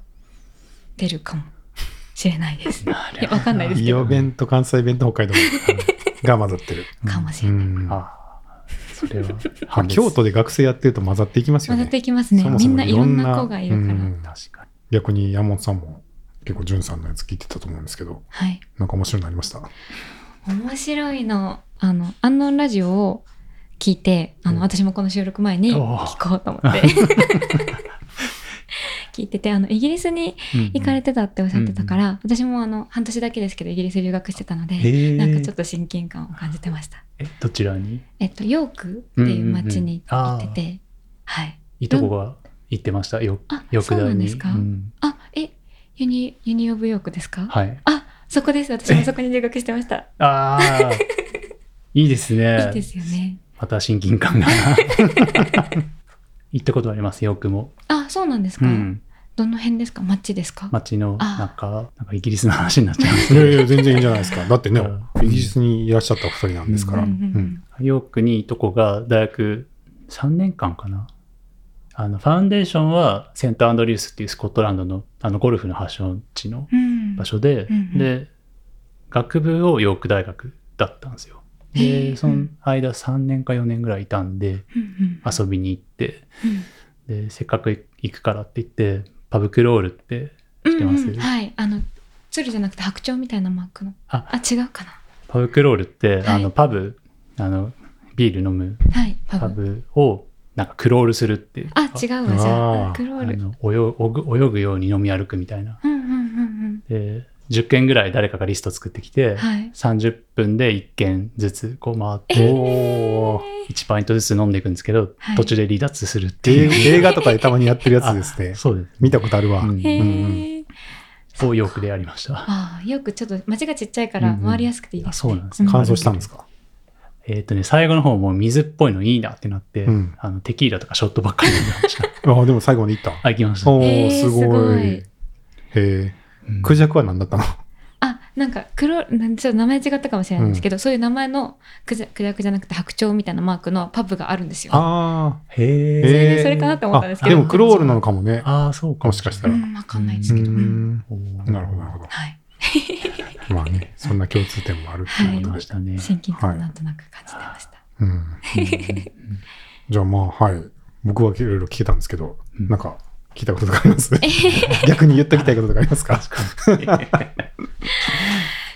Speaker 2: てるかもしれないです。
Speaker 3: なるほど
Speaker 2: いやわかんないです <laughs>
Speaker 1: 伊予弁と関西弁と北海道弁が混ざってる。
Speaker 2: かも
Speaker 1: う
Speaker 2: しれない。
Speaker 1: ん
Speaker 3: ああ、それは
Speaker 1: まあ
Speaker 3: 半分
Speaker 1: 京都で学生やってると混ざっていきますよ
Speaker 2: 混ざ
Speaker 1: ね。
Speaker 2: っていきますね。
Speaker 1: そも
Speaker 2: み
Speaker 1: そも
Speaker 2: んないろんな子がいるから。
Speaker 1: うん
Speaker 3: 確かに
Speaker 1: 逆に山本さんも結構淳さんのやつ聞いてたと思うんですけど、
Speaker 2: はい。
Speaker 1: なんか面白いのありました。
Speaker 2: 面白いの。あの、アンノンラジオを聞いて、あの、
Speaker 1: うん
Speaker 2: 私もこの収録前に
Speaker 3: おー
Speaker 2: 聞こうと思って。聞いてて、あの、イギリスに行かれてたっておっしゃってたから、私もあの、半年だけですけど、イギリス留学してたので、
Speaker 1: え
Speaker 2: なんかちょっと親近感を感じてました。
Speaker 3: えどちらに
Speaker 2: えっと、ヨークっていう町に行ってて、
Speaker 3: う
Speaker 2: はい。
Speaker 3: いとこが行ってましたよ
Speaker 2: あ、
Speaker 3: 翌
Speaker 2: そうな
Speaker 3: 代
Speaker 2: んで
Speaker 3: に
Speaker 2: すか。
Speaker 3: ん
Speaker 2: あ、え、ユニ、ユニオブヨークですか
Speaker 3: はい
Speaker 2: あ、そこです。私もそこに留学してました。
Speaker 3: ああいいですね
Speaker 2: <laughs> いいですよね。
Speaker 3: また親近感が行ったことありますよくも、
Speaker 2: あ、そうなんです
Speaker 3: う
Speaker 2: か。
Speaker 3: ん、
Speaker 2: どの辺ですか街ですか
Speaker 3: 街の
Speaker 2: あ
Speaker 3: 中なんかイギリスの話になっちゃいます
Speaker 1: いやいや、全然いいんじゃないですか。だってね
Speaker 3: うん、
Speaker 1: イギリスにいらっしゃったお二人なんですから。
Speaker 2: う
Speaker 1: うん
Speaker 2: うんうん
Speaker 1: ん
Speaker 3: ヨークにいとこが大学3年間かな。あの、ファウンデーションはセントアンドリュースっていうスコットランドのあのゴルフの発祥地の
Speaker 2: うん
Speaker 3: 場所で、
Speaker 2: うんうん
Speaker 3: で、学部をヨーク大学だったんですよ。
Speaker 2: へえ
Speaker 3: で、そうの
Speaker 2: ん
Speaker 3: 間3年か4年ぐらいいたんで、
Speaker 2: うんうん
Speaker 3: 遊びに行って、
Speaker 2: うん
Speaker 3: で、せっかく行くからって言って、パブクロールって、知ってます
Speaker 2: うんうんはい。あの、鶴じゃなくて白鳥みたいなマークの。
Speaker 3: あ
Speaker 2: あ、違うかな。
Speaker 3: パブクロールって、
Speaker 2: はい
Speaker 3: あの、パブ、あの、ビール飲む
Speaker 2: はい。パブ。
Speaker 3: パブを、なんかクロールするっていう。
Speaker 2: あ、違うわ、じゃ
Speaker 1: あー
Speaker 2: あ。クロール。
Speaker 3: あの泳ぐ泳ぐように飲み歩くみたいな。
Speaker 2: うんうんうん
Speaker 3: で、10件ぐらい誰かがリスト作ってきて、
Speaker 2: うん。はい。
Speaker 3: 30分で1件ずつこう回って、
Speaker 1: おー
Speaker 3: 1パイントずつ飲んでいくんですけど、
Speaker 2: はい
Speaker 3: 途中で離脱するって
Speaker 1: え
Speaker 3: いう。
Speaker 1: ー映画とかでたまにやってるやつですね
Speaker 3: あ。そうです。
Speaker 1: 見たことあるわ。
Speaker 3: う
Speaker 1: うん
Speaker 3: ん
Speaker 2: へ
Speaker 1: うん
Speaker 2: え。
Speaker 3: をよくでやりました。
Speaker 2: ああ、よくちょっと街がちっちゃいから
Speaker 3: うんうん
Speaker 2: 回りやすくていいですね。
Speaker 3: あそうなんですね
Speaker 1: 乾燥したんですか
Speaker 3: えっ、とね、最後の方もう水っぽいのいいなってなって、
Speaker 1: うん
Speaker 3: あのテキーラとかショットばっかり飲んでました。
Speaker 1: あ、でも最後まで行った。
Speaker 3: あ、行きまし
Speaker 1: <laughs>
Speaker 3: た。
Speaker 1: お
Speaker 2: へー
Speaker 1: ー、す
Speaker 2: すご
Speaker 1: ご
Speaker 2: い
Speaker 1: い。へえ。
Speaker 3: うん
Speaker 1: クジャクは何だったの
Speaker 2: あ、なんか黒、なんちょっと名前違ったかもしれないんですけど、そういう名前のクジャクジャクじゃなくて白鳥みたいなマークのパブがあるんですよ。
Speaker 1: あ
Speaker 3: へ
Speaker 1: ー。
Speaker 3: え。
Speaker 1: へ
Speaker 2: それかなと思ったんですけど
Speaker 1: あでもクロールなのかもね。
Speaker 3: ああ、そうか。
Speaker 1: もしかした
Speaker 2: う
Speaker 1: ら
Speaker 2: ん、わかんないで
Speaker 1: う
Speaker 2: す
Speaker 1: ー
Speaker 2: けど。うん
Speaker 1: ん。
Speaker 3: おー
Speaker 1: なるほど、なるほ
Speaker 2: はい。
Speaker 1: ど。まあね、そんな共通点もあるって
Speaker 3: あ
Speaker 1: い
Speaker 3: り
Speaker 1: うこと
Speaker 3: ま
Speaker 1: で
Speaker 3: し。たね。
Speaker 2: 親近
Speaker 1: は
Speaker 2: 感
Speaker 1: い
Speaker 2: なんとなく感じてました。
Speaker 1: うん。じゃあまあ、はい。僕はいろいろ聞けたんですけど、
Speaker 3: うん
Speaker 1: なんか聞いたこととかあります <laughs> 逆に言っときたいこととかありますか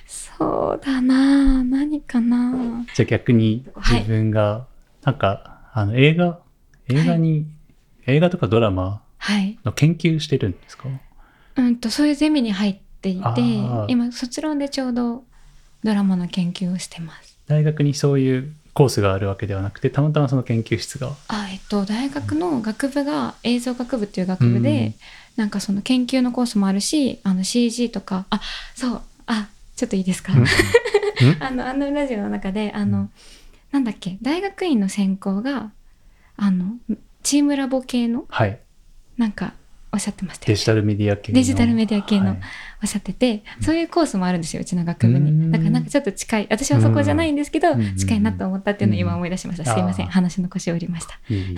Speaker 2: そうだなあ何かなあ
Speaker 3: じゃあ逆に
Speaker 2: はい
Speaker 3: 自分が、なんか、あの映画、映画に、映画とかドラマ
Speaker 2: はい。
Speaker 3: の研究してるんですか
Speaker 2: うんと、そういうゼミに入っていて
Speaker 3: あー、
Speaker 2: 今、卒論でちょうどドラマの研究をしてます。
Speaker 3: 大学にそういうコースがあるわけではなくて、たまたまその研究室が。
Speaker 2: あ、えっと、大学の学部が映像学部っていう学部で、
Speaker 3: うん
Speaker 2: なんかその研究のコースもあるし、あの CG とか、あ、そう、あ、ちょっといいですか、 <laughs>
Speaker 1: うん
Speaker 2: あの、アンナラジオの中で、あの、なんだっけ、大学院の専攻が、あの、チームラボ系の
Speaker 3: はい。
Speaker 2: なんかおっしゃってましたよ
Speaker 3: デ
Speaker 2: ね
Speaker 3: ジタルメディア系の。
Speaker 2: デジタルメディア系の
Speaker 3: はい
Speaker 2: おっしゃってて、そういうコースもあるんですよ、うちの学部
Speaker 3: うん
Speaker 2: に。だからなんかちょっと近い、私はそこじゃないんですけど
Speaker 3: うん、
Speaker 2: 近いなと思ったっていうのを
Speaker 3: う
Speaker 2: 今
Speaker 3: ん
Speaker 2: 思い出しました。
Speaker 3: あー
Speaker 2: すいません、話の腰を折りました。
Speaker 3: いい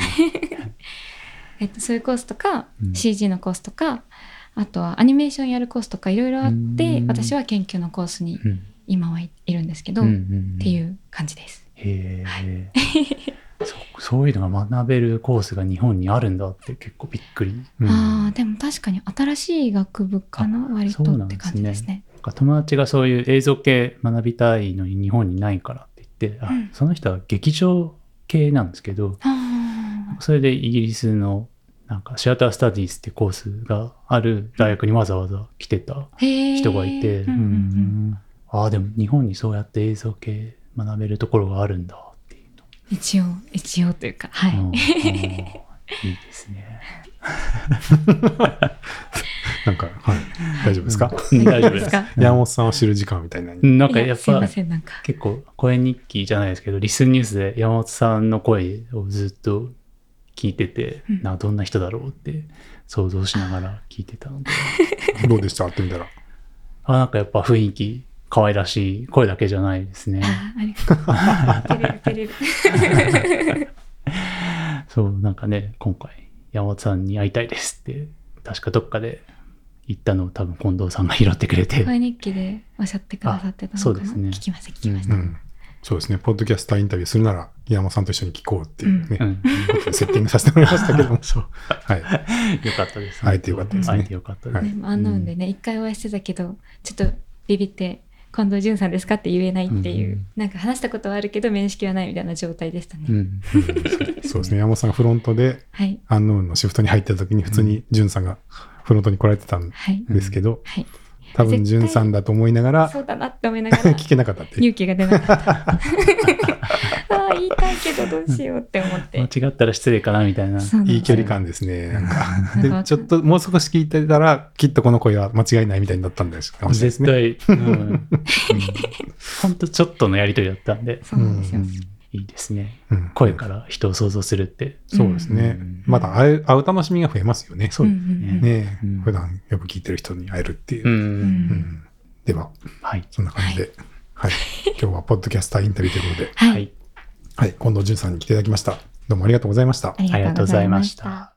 Speaker 2: えっと、そういうコースとか
Speaker 3: う、ん
Speaker 2: CG のコースとか、あとはアニメーションやるコースとかいろいろあっ
Speaker 3: う
Speaker 2: て
Speaker 3: ん、
Speaker 2: 私は研究のコースに
Speaker 3: うん
Speaker 2: 今はいいるんですけど、
Speaker 3: う
Speaker 2: っ
Speaker 3: んうんうん
Speaker 2: ていう感じです。
Speaker 3: へえ。そそういうのが学べるコースが日本にあるんだって結構びっくり。
Speaker 1: うん
Speaker 2: ああ、でも確かに新しい学部かな、割と
Speaker 3: そうな
Speaker 2: っ
Speaker 3: ん
Speaker 2: て
Speaker 3: ですね
Speaker 2: 感じですね。
Speaker 3: なんか友達がそういう映像系学びたいのに日本にないからって言って、あ
Speaker 2: うん
Speaker 3: その人は劇場系なんですけど
Speaker 2: あ
Speaker 3: それでイギリスのなんかシアタースタディースってコースがある大学にわざわざ来てた
Speaker 2: ーへー
Speaker 3: 人がいて、
Speaker 2: うんうんうん
Speaker 3: ああでも日本にそうやって映像系学べるところがあるんだっていうの、
Speaker 2: 一応一応というかはい、 <laughs>
Speaker 3: うんうんいいですね
Speaker 1: なんか、はい。大丈夫ですか
Speaker 3: うん大丈夫
Speaker 2: で
Speaker 3: ですす
Speaker 2: か
Speaker 1: 山本さんを知る時間みたいな。
Speaker 3: うんなんか
Speaker 2: い
Speaker 3: やっ
Speaker 2: すいま
Speaker 3: ぱ
Speaker 2: せんなんか
Speaker 3: 結構声日記じゃないですけどリスンニュースで山本さんの声をずっと聞いてて、
Speaker 2: うん
Speaker 3: などんな人だろうって想像しながら聞いてたので
Speaker 1: どうでした会ってみたら。
Speaker 3: あなんかやっぱ雰囲気可愛らしい声だけじゃないで
Speaker 2: <laughs>
Speaker 3: すね
Speaker 2: あーありがとう照
Speaker 3: <laughs>
Speaker 2: れる照れる
Speaker 3: そうなんかね今回山本さんに会いたいですって確かどっかで言ったのを多分近藤さんが拾ってくれて、
Speaker 2: 声日記でおっしゃってくださってたのかな
Speaker 3: あそうですね
Speaker 2: 聞きました聞きまし
Speaker 1: う
Speaker 2: た、
Speaker 1: ん。そうですね、ポッドキャスターインタビューするなら、宮本さんと一緒に聞こうっていうね、
Speaker 3: う
Speaker 1: うん
Speaker 3: ん、、
Speaker 1: セッティングさせてもらいましたけども
Speaker 2: <laughs>
Speaker 3: そう。
Speaker 1: はい。
Speaker 3: よかったです、
Speaker 1: 会えてよかったですね
Speaker 3: 会えてよかったです。
Speaker 1: はい
Speaker 2: ね、あんなのでね、一回お会いしてたけど、ちょっとビビって、近藤淳さんですかって言えないっていう、
Speaker 3: うん
Speaker 2: なんか話したことはあるけど、面識はないみたいな状態でしたね。
Speaker 3: うん。
Speaker 1: そうですね、山本さんがフロントで、
Speaker 2: はい。
Speaker 1: アンノーンのシフトに入った時に、普通にジュンさんがフロントに来られてたん
Speaker 2: はい。
Speaker 1: ですけど、
Speaker 2: はい。
Speaker 1: 多分ジュンさんだと思いながら
Speaker 2: そ、うだなって思いな
Speaker 1: <laughs>
Speaker 2: がら、
Speaker 1: 聞けなかったっていう。
Speaker 2: 勇気が出なかった。 <laughs> ああ、言いたいけどどうしようって思って。
Speaker 3: 間違ったら失礼かなみたいな。
Speaker 2: そうなんですよ
Speaker 1: いい距離感ですね。なんか。
Speaker 2: な
Speaker 1: で
Speaker 2: んか、
Speaker 1: ちょっともう少し聞いてたら、きっとこの声は間違いないみたいになったんですかもしれないです
Speaker 3: 絶
Speaker 1: ね。<laughs>
Speaker 3: 対、うん。ほんとちょっとのやりとりだったんで、
Speaker 2: そうなんです
Speaker 1: う
Speaker 2: よ。
Speaker 1: ん
Speaker 3: いいですね。
Speaker 1: うん
Speaker 3: 声から人を想像するって。
Speaker 1: そうですね
Speaker 3: うん。
Speaker 1: まだ会う会う楽しみが増えますよね。
Speaker 3: そうです
Speaker 2: うんうんうん
Speaker 3: ね。
Speaker 1: ねえ
Speaker 3: うん
Speaker 1: 普段よく聞いてる人に会えるっていうう。
Speaker 3: ん。
Speaker 1: うんでは、
Speaker 3: はい。
Speaker 1: そんな感じで、
Speaker 3: <laughs>
Speaker 1: はい。今日はポッドキャスターインタビューということで、
Speaker 2: は。
Speaker 3: はいい。
Speaker 1: はい。近藤淳さんに来ていただきました。どうもありがとうございました。
Speaker 2: あり
Speaker 3: あり
Speaker 2: が
Speaker 3: が
Speaker 2: と
Speaker 3: と
Speaker 2: う
Speaker 3: う
Speaker 2: ご
Speaker 3: ご
Speaker 2: ざ
Speaker 3: ざ
Speaker 2: い
Speaker 3: い
Speaker 2: ま
Speaker 3: ま
Speaker 2: し
Speaker 3: したた。